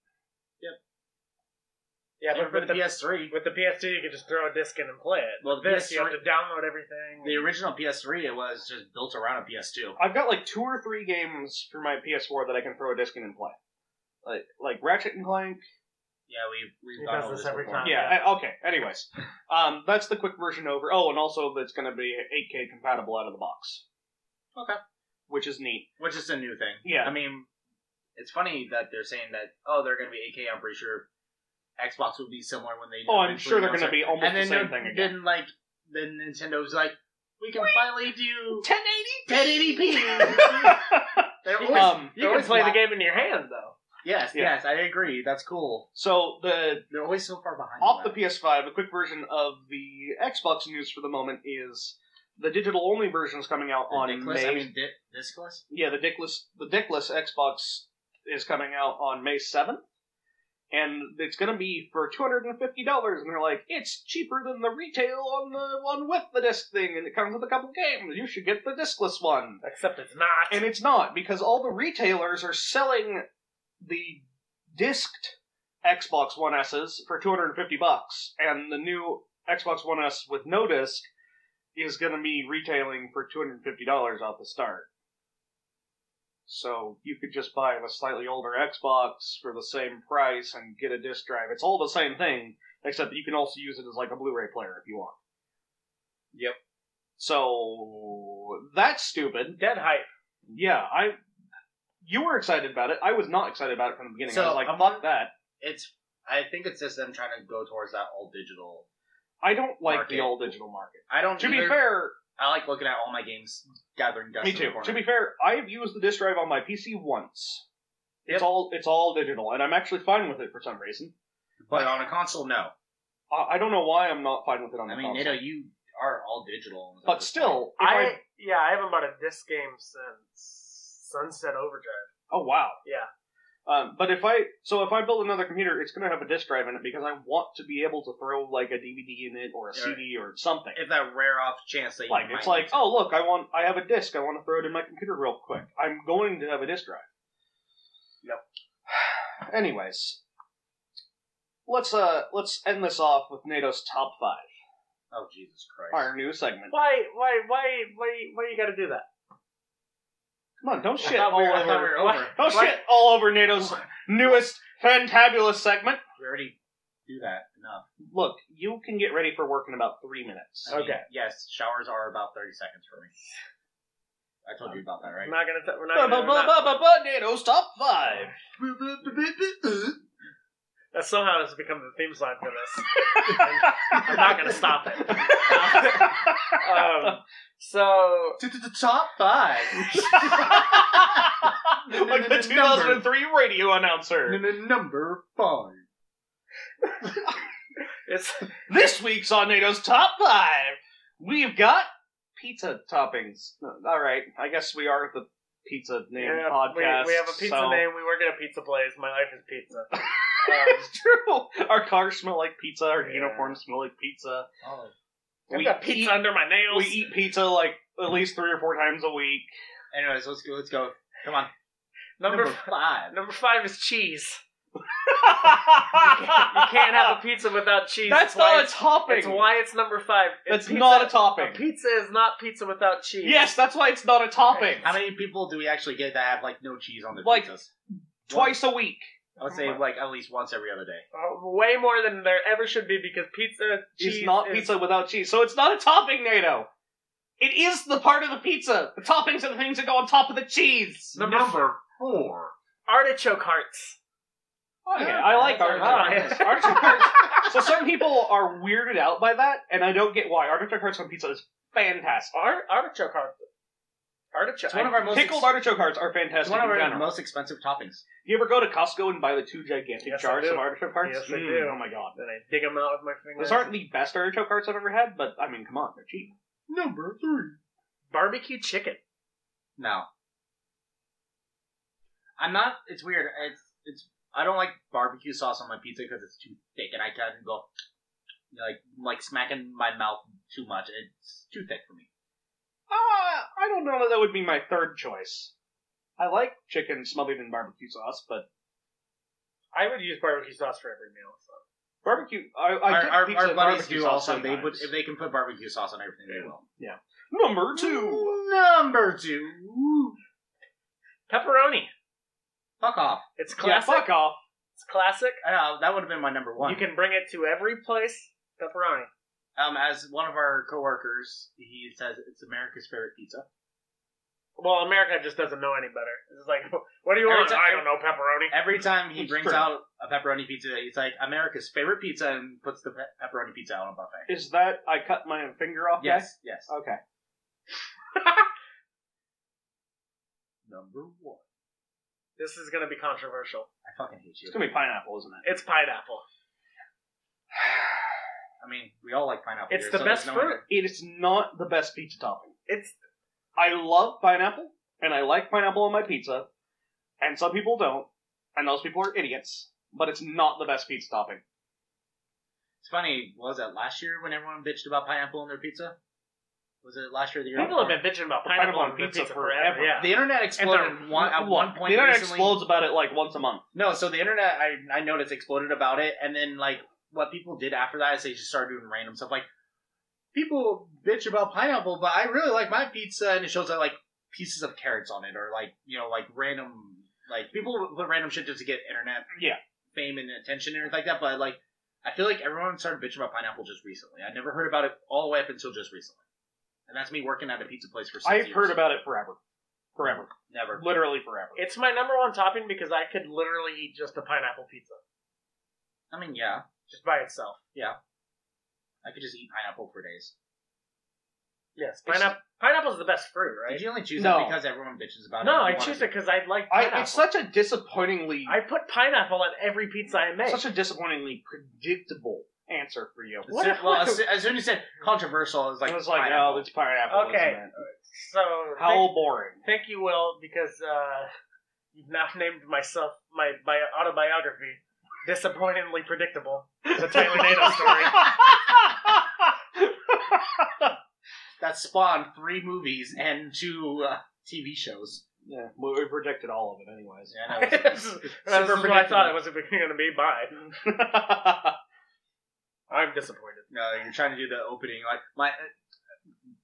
[SPEAKER 3] Yeah,
[SPEAKER 2] And
[SPEAKER 3] but
[SPEAKER 2] for
[SPEAKER 3] with
[SPEAKER 2] the
[SPEAKER 3] the,
[SPEAKER 2] PS3,
[SPEAKER 3] with the PS2, you can just throw a disc in and play it.
[SPEAKER 2] Well,
[SPEAKER 3] Well,
[SPEAKER 2] the
[SPEAKER 3] this you have
[SPEAKER 2] PS3
[SPEAKER 3] to download everything.
[SPEAKER 2] the original PS3, it was just built around a PS2.
[SPEAKER 1] I've got like two or three games for my PS4 that I can throw a disc in and play, like like Ratchet and Clank.
[SPEAKER 2] Yeah, we've we've
[SPEAKER 3] He
[SPEAKER 2] gone
[SPEAKER 3] does
[SPEAKER 2] over
[SPEAKER 3] this
[SPEAKER 2] this
[SPEAKER 3] every
[SPEAKER 2] before.
[SPEAKER 3] time.
[SPEAKER 1] yeah. I- okay. Anyways, um, that's the quick version over. Oh, and also that's going to be 8K compatible out of the box.
[SPEAKER 2] Okay.
[SPEAKER 1] Which is neat.
[SPEAKER 2] which is a new thing.
[SPEAKER 1] Yeah.
[SPEAKER 2] I mean, it's funny that they're saying that. Oh, they're going to be AK. I'm pretty sure Xbox will be similar when they.
[SPEAKER 1] Oh, I'm
[SPEAKER 2] eventually
[SPEAKER 1] sure they're
[SPEAKER 2] announce
[SPEAKER 1] going to
[SPEAKER 2] it.
[SPEAKER 1] be almost
[SPEAKER 2] And
[SPEAKER 1] the
[SPEAKER 2] then
[SPEAKER 1] same
[SPEAKER 2] they're-
[SPEAKER 1] thing again.
[SPEAKER 2] Then like then Nintendo's like, we can finally do
[SPEAKER 1] 1080. *laughs*
[SPEAKER 2] 1080p. they're always,
[SPEAKER 1] Um,
[SPEAKER 3] you can play the game in your hand though.
[SPEAKER 2] Yes,
[SPEAKER 1] Yeah.
[SPEAKER 2] yes, I agree. That's cool.
[SPEAKER 1] so the
[SPEAKER 2] They're always so far behind.
[SPEAKER 1] off the
[SPEAKER 2] on that.
[SPEAKER 1] PS5, a quick version of the Xbox news for the moment is the digital only version is coming out on
[SPEAKER 2] Dickless,
[SPEAKER 1] May.
[SPEAKER 2] I mean, di- discless.
[SPEAKER 1] yeah, the dickless the dickless Xbox is coming out on May seventh, and it's going to be for two hundred and fifty dollars. And they're like, it's cheaper than the retail on the one with the disc thing, and it comes with a couple games. You should get the discless one.
[SPEAKER 3] Except it's not.
[SPEAKER 1] And it's not because all the retailers are selling the disced Xbox One S's for 250 bucks, and the new Xbox One S with no disc is going to be retailing for 250 dollars off the start. So you could just buy a slightly older Xbox for the same price and get a disc drive. It's all the same thing, except that you can also use it as like a Blu-ray player if you want.
[SPEAKER 2] Yep.
[SPEAKER 1] So that's stupid.
[SPEAKER 3] dead hype.
[SPEAKER 1] Yeah, I. You were excited about it. I was not excited about it from the beginning.
[SPEAKER 2] So,
[SPEAKER 1] I was like,
[SPEAKER 2] I'm-
[SPEAKER 1] "Fuck that."
[SPEAKER 2] It's. I think it's just them trying to go towards that all digital.
[SPEAKER 1] I don't like
[SPEAKER 2] Market.
[SPEAKER 1] the all digital market.
[SPEAKER 2] I don't.
[SPEAKER 1] To be
[SPEAKER 2] either.
[SPEAKER 1] fair,
[SPEAKER 2] I like looking at all my games gathering dust.
[SPEAKER 1] me
[SPEAKER 2] in the
[SPEAKER 1] too.
[SPEAKER 2] corner.
[SPEAKER 1] To be fair, I have used the disc drive on my PC once.
[SPEAKER 2] Yep.
[SPEAKER 1] It's all it's all digital, and I'm actually fine with it for some reason.
[SPEAKER 2] But on a console, no.
[SPEAKER 1] I, I don't know why I'm not fine with it on the
[SPEAKER 2] I mean,
[SPEAKER 1] console.
[SPEAKER 2] Nato, you are all digital. at
[SPEAKER 1] but
[SPEAKER 2] this
[SPEAKER 1] still, if
[SPEAKER 3] I, yeah, I haven't bought a disc game since Sunset Overdrive.
[SPEAKER 1] Oh wow.
[SPEAKER 3] Yeah.
[SPEAKER 1] Um, but if I so if I build another computer, it's going to have a disc drive in it because I want to be able to throw like a DVD in it or a
[SPEAKER 2] Yeah.
[SPEAKER 1] CD or something.
[SPEAKER 2] point. if that rare off chance that you
[SPEAKER 1] like
[SPEAKER 2] might
[SPEAKER 1] it's like, oh look, I want I have a disc. I want to throw it in my computer real quick. I'm going to have a disc drive. Yep. *sighs* Anyways, let's uh let's end this off with NATO's top five.
[SPEAKER 2] oh Jesus Christ,
[SPEAKER 1] Our new segment.
[SPEAKER 3] Why? Why? Why? Why? Why you got to do that?
[SPEAKER 1] Come on, don't
[SPEAKER 2] I
[SPEAKER 1] shit
[SPEAKER 2] thought we
[SPEAKER 1] all
[SPEAKER 2] were- I thought we
[SPEAKER 1] over.
[SPEAKER 2] were
[SPEAKER 3] Why-
[SPEAKER 2] over.
[SPEAKER 1] *laughs* Don't
[SPEAKER 3] why-
[SPEAKER 1] shit all over NATO's newest fantabulous segment.
[SPEAKER 2] We already do that enough.
[SPEAKER 1] Look, you can get ready for work in about three minutes.
[SPEAKER 2] I mean,
[SPEAKER 3] Okay.
[SPEAKER 2] yes, showers are about thirty seconds for me. I told you about that, right?
[SPEAKER 3] I'm not gonna. T- we're
[SPEAKER 1] Ba
[SPEAKER 3] not. Gonna,
[SPEAKER 1] ba
[SPEAKER 3] we're
[SPEAKER 1] ba
[SPEAKER 3] not-
[SPEAKER 1] ba ba ba NATO's top five.
[SPEAKER 3] *laughs*
[SPEAKER 2] Boo, boo,
[SPEAKER 3] That somehow has become the theme song for
[SPEAKER 1] *laughs*
[SPEAKER 3] this. I'm not gonna stop it. Um, so
[SPEAKER 2] To the top five.
[SPEAKER 1] *laughs* like the 2003 radio announcer.
[SPEAKER 2] Number five.
[SPEAKER 3] it's
[SPEAKER 1] This week's on NATO's top five, we've got pizza toppings. All right, I guess we are the pizza name
[SPEAKER 3] yeah,
[SPEAKER 1] podcast.
[SPEAKER 3] We, we have a pizza
[SPEAKER 1] so-
[SPEAKER 3] name. We work at a pizza place. My life is
[SPEAKER 1] *laughs*
[SPEAKER 3] pizza. Um,
[SPEAKER 1] it's *laughs* true. Our cars smell like pizza. Our
[SPEAKER 3] Yeah.
[SPEAKER 1] uniforms smell like pizza.
[SPEAKER 2] Oh.
[SPEAKER 3] I've
[SPEAKER 1] We
[SPEAKER 3] got pizza
[SPEAKER 1] eat-
[SPEAKER 3] under my nails.
[SPEAKER 1] We eat pizza like at least three or four times a week.
[SPEAKER 2] Anyways, let's go. Let's go. Come on.
[SPEAKER 3] number
[SPEAKER 2] Number *laughs* five.
[SPEAKER 3] number five is cheese.
[SPEAKER 1] you
[SPEAKER 3] You
[SPEAKER 1] *laughs*
[SPEAKER 3] can't have a pizza without cheese.
[SPEAKER 1] That's
[SPEAKER 3] It's why
[SPEAKER 1] not a
[SPEAKER 3] it's-
[SPEAKER 1] topping.
[SPEAKER 3] It's why it's number five.
[SPEAKER 1] That's
[SPEAKER 3] It's pizza-
[SPEAKER 1] not a topping.
[SPEAKER 3] A pizza is not pizza without cheese.
[SPEAKER 1] Yes, that's why it's not a topping.
[SPEAKER 2] How many people do we actually get that have like no cheese on their
[SPEAKER 1] Like-
[SPEAKER 2] pizzas?
[SPEAKER 1] Twice a week.
[SPEAKER 2] I would say like at least once every other day.
[SPEAKER 3] Uh, way more than there ever should be because pizza cheese
[SPEAKER 1] It's not
[SPEAKER 3] is-
[SPEAKER 1] pizza without cheese. So it's not a topping, NATO. It is the part of the pizza. The toppings are the things that go on top of the cheese.
[SPEAKER 3] Number-
[SPEAKER 2] four.
[SPEAKER 3] Artichoke hearts.
[SPEAKER 1] Okay,
[SPEAKER 2] Yeah,
[SPEAKER 1] I like
[SPEAKER 2] that's
[SPEAKER 1] Oh, artichoke
[SPEAKER 3] alright.
[SPEAKER 1] hearts. *laughs* Artichoke hearts. So some people are weirded out by that, and I don't get why. Artichoke hearts on pizza is fantastic.
[SPEAKER 3] Art, artichoke hearts. Artichoke.
[SPEAKER 2] It's one of our most
[SPEAKER 1] Pickled artichoke hearts are fantastic
[SPEAKER 2] It's one of
[SPEAKER 1] in
[SPEAKER 2] our
[SPEAKER 1] general.
[SPEAKER 2] most expensive toppings.
[SPEAKER 1] You ever go to Costco and buy the two gigantic
[SPEAKER 3] Yes, I
[SPEAKER 1] jars
[SPEAKER 3] do.
[SPEAKER 1] of artichoke hearts?
[SPEAKER 3] Yes, I
[SPEAKER 1] Mm,
[SPEAKER 3] do.
[SPEAKER 1] Oh my god.
[SPEAKER 3] Then I dig them out with my fingers.
[SPEAKER 1] Those aren't the best artichoke hearts I've ever had, but I mean, come on, they're cheap.
[SPEAKER 2] Number three.
[SPEAKER 3] Barbecue chicken.
[SPEAKER 2] No. I'm not. It's weird. It's it's. I don't like barbecue sauce on my pizza because it's too thick, and I can't go you know, like like smacking my mouth too much. It's too thick for me.
[SPEAKER 1] Uh, I don't know that that would be my third choice. I like chicken smothered in barbecue sauce, but
[SPEAKER 3] I would use barbecue sauce for every meal. So.
[SPEAKER 1] barbecue. I, I
[SPEAKER 2] our
[SPEAKER 1] get
[SPEAKER 2] our,
[SPEAKER 1] pizza
[SPEAKER 2] our
[SPEAKER 1] and
[SPEAKER 2] buddies
[SPEAKER 1] barbecue
[SPEAKER 2] do
[SPEAKER 1] sauce
[SPEAKER 2] also. They
[SPEAKER 1] sometimes.
[SPEAKER 2] would if they can put barbecue sauce on everything. They will.
[SPEAKER 1] Number two.
[SPEAKER 2] Number two.
[SPEAKER 3] Pepperoni.
[SPEAKER 2] Fuck off.
[SPEAKER 3] It's
[SPEAKER 1] Yeah,
[SPEAKER 3] classic.
[SPEAKER 1] fuck off.
[SPEAKER 3] it's classic.
[SPEAKER 2] I know, that would have been my number one.
[SPEAKER 3] You can bring it to every place. Pepperoni.
[SPEAKER 2] um, as one of our coworkers, he says it's America's favorite pizza.
[SPEAKER 3] Well, America just doesn't know any better. It's like, *laughs* what do you
[SPEAKER 2] Every
[SPEAKER 3] want?
[SPEAKER 2] time-
[SPEAKER 3] I don't know pepperoni.
[SPEAKER 2] Every time he
[SPEAKER 1] It's
[SPEAKER 2] brings
[SPEAKER 1] true.
[SPEAKER 2] out a pepperoni pizza, he's like America's favorite pizza and puts the pe- pepperoni pizza out on a buffet.
[SPEAKER 1] Is that I cut my finger off?
[SPEAKER 2] Yes, yes.
[SPEAKER 1] guy?
[SPEAKER 3] Uh,
[SPEAKER 1] Okay.
[SPEAKER 2] Number one.
[SPEAKER 3] This is gonna be controversial.
[SPEAKER 2] I fucking hate you.
[SPEAKER 1] It's gonna be pineapple, isn't it?
[SPEAKER 3] It's pineapple.
[SPEAKER 2] I mean, we all like pineapple.
[SPEAKER 3] It's
[SPEAKER 2] here,
[SPEAKER 3] the
[SPEAKER 2] so
[SPEAKER 3] best
[SPEAKER 2] there's no
[SPEAKER 3] fruit.
[SPEAKER 1] It is not the best pizza topping.
[SPEAKER 3] It's
[SPEAKER 1] I love pineapple, and I like pineapple on my pizza, and some people don't, and those people are idiots. But it's not the best pizza topping.
[SPEAKER 2] It's funny. What was that last year when everyone bitched about pineapple on their pizza? Was it last year? Or the year
[SPEAKER 3] people have
[SPEAKER 2] before?
[SPEAKER 3] been bitching about
[SPEAKER 1] Pineapple on
[SPEAKER 3] pineapple on pizza,
[SPEAKER 1] pizza
[SPEAKER 3] forever.
[SPEAKER 1] forever.
[SPEAKER 3] Yeah.
[SPEAKER 2] The internet exploded
[SPEAKER 3] And
[SPEAKER 2] one, at one point.
[SPEAKER 1] the internet
[SPEAKER 2] recently.
[SPEAKER 1] explodes about it like once a month.
[SPEAKER 2] No, so the internet, I, I noticed, exploded about it, and then like what people did after that is they just started doing random stuff like people bitch about pineapple, but I really like my pizza, and it shows that like pieces of carrots on it, or like you know like random like people put random shit just to get internet
[SPEAKER 1] Yeah.
[SPEAKER 2] fame and attention and everything like that. But like I feel like everyone started bitching about pineapple just recently. I never heard about it all the way up until just recently, and that's me working at a pizza place for. Six
[SPEAKER 1] I've
[SPEAKER 2] years.
[SPEAKER 1] heard about it forever, forever,
[SPEAKER 2] never.
[SPEAKER 1] literally forever.
[SPEAKER 3] It's my number one topping because I could literally eat just a pineapple pizza
[SPEAKER 2] I mean, yeah,
[SPEAKER 3] just by itself.
[SPEAKER 2] I could just eat pineapple for days.
[SPEAKER 3] Yes,
[SPEAKER 2] It's-
[SPEAKER 3] pineapple. Pineapple is the best fruit,
[SPEAKER 2] Did
[SPEAKER 3] right?
[SPEAKER 2] you only choose
[SPEAKER 1] No.
[SPEAKER 2] it because everyone bitches about it?
[SPEAKER 3] No,
[SPEAKER 2] You
[SPEAKER 3] I
[SPEAKER 2] wanted
[SPEAKER 3] choose
[SPEAKER 2] to-
[SPEAKER 3] it because I like pineapple.
[SPEAKER 1] I, it's such a disappointingly,
[SPEAKER 3] I put pineapple on every pizza I make.
[SPEAKER 1] such a disappointingly predictable answer for you.
[SPEAKER 3] What
[SPEAKER 2] As
[SPEAKER 3] if-
[SPEAKER 2] soon, well, as, soo- as soon as you said controversial, I was like,
[SPEAKER 1] it was like,
[SPEAKER 2] pineapple.
[SPEAKER 1] oh, it's pineapple.
[SPEAKER 3] Okay.
[SPEAKER 1] isn't it?
[SPEAKER 3] so
[SPEAKER 1] How boring.
[SPEAKER 3] *laughs* Thank you, Will, because uh, you've now *laughs* named myself my bi- autobiography disappointingly predictable. The Taylor Nato
[SPEAKER 2] *laughs*
[SPEAKER 3] story.
[SPEAKER 2] that spawned three movies and two uh, TV shows.
[SPEAKER 1] Yeah, well, we predicted all of it, anyways.
[SPEAKER 2] Yeah, I
[SPEAKER 3] *laughs*
[SPEAKER 2] know.
[SPEAKER 3] That's what I thought it was going to be. Bye.
[SPEAKER 1] *laughs*
[SPEAKER 3] I'm disappointed.
[SPEAKER 2] No, you're trying to do the opening, like my.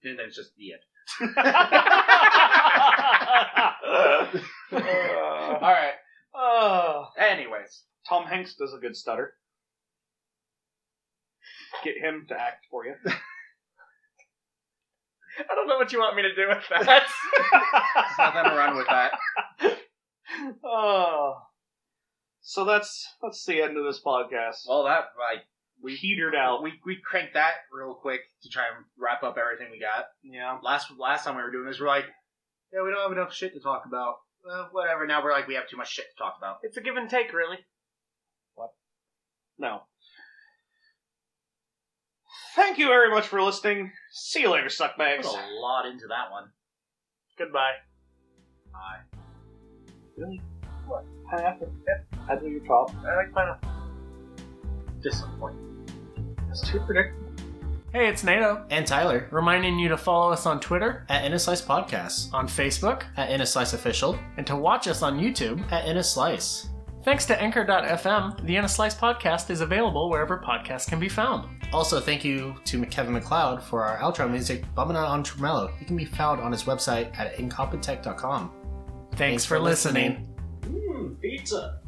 [SPEAKER 2] And then it's just the end.
[SPEAKER 3] *laughs*
[SPEAKER 2] All right.
[SPEAKER 1] Oh.
[SPEAKER 2] Anyways,
[SPEAKER 1] Tom Hanks does a good stutter. Get him to act for you.
[SPEAKER 3] I don't know what you want me to do with *laughs* that. *laughs*
[SPEAKER 2] there's nothing to run with that.
[SPEAKER 1] oh. So that's that's the end of this podcast.
[SPEAKER 2] Well, that like
[SPEAKER 1] we
[SPEAKER 2] we-
[SPEAKER 1] petered out.
[SPEAKER 2] we we cranked that real quick to try and wrap up everything we got.
[SPEAKER 1] yeah.
[SPEAKER 2] Last last time we were doing this, we we're like, yeah, we don't have enough shit to talk about. Well, whatever. Now we're like, we have too much shit to talk about.
[SPEAKER 3] It's a give and take, really.
[SPEAKER 1] No. Thank you very much for listening. See you later,
[SPEAKER 2] Put
[SPEAKER 1] suckbags.
[SPEAKER 2] a lot into that one.
[SPEAKER 3] Goodbye.
[SPEAKER 2] Bye.
[SPEAKER 1] Pineapple. I do your top.
[SPEAKER 3] I like pineapple.
[SPEAKER 2] Disappointing.
[SPEAKER 1] That's too predictable.
[SPEAKER 3] Hey, it's Nato.
[SPEAKER 4] And Tyler
[SPEAKER 3] Reminding you to follow us on Twitter,
[SPEAKER 4] at Inner Slice Podcasts,
[SPEAKER 3] on Facebook,
[SPEAKER 4] at Inner Slice Official,
[SPEAKER 3] and to watch us on YouTube.
[SPEAKER 4] at Inner Slice.
[SPEAKER 3] Thanks to Anchor.fm, the In a Slice podcast is available wherever podcasts can be found.
[SPEAKER 4] Also, thank you to Kevin McLeod for our outro music, Bumming Out on Tremelo. He can be found on his website at incompetech.com.
[SPEAKER 3] Thanks, for listening.
[SPEAKER 2] Hmm,
[SPEAKER 1] Mmm, pizza.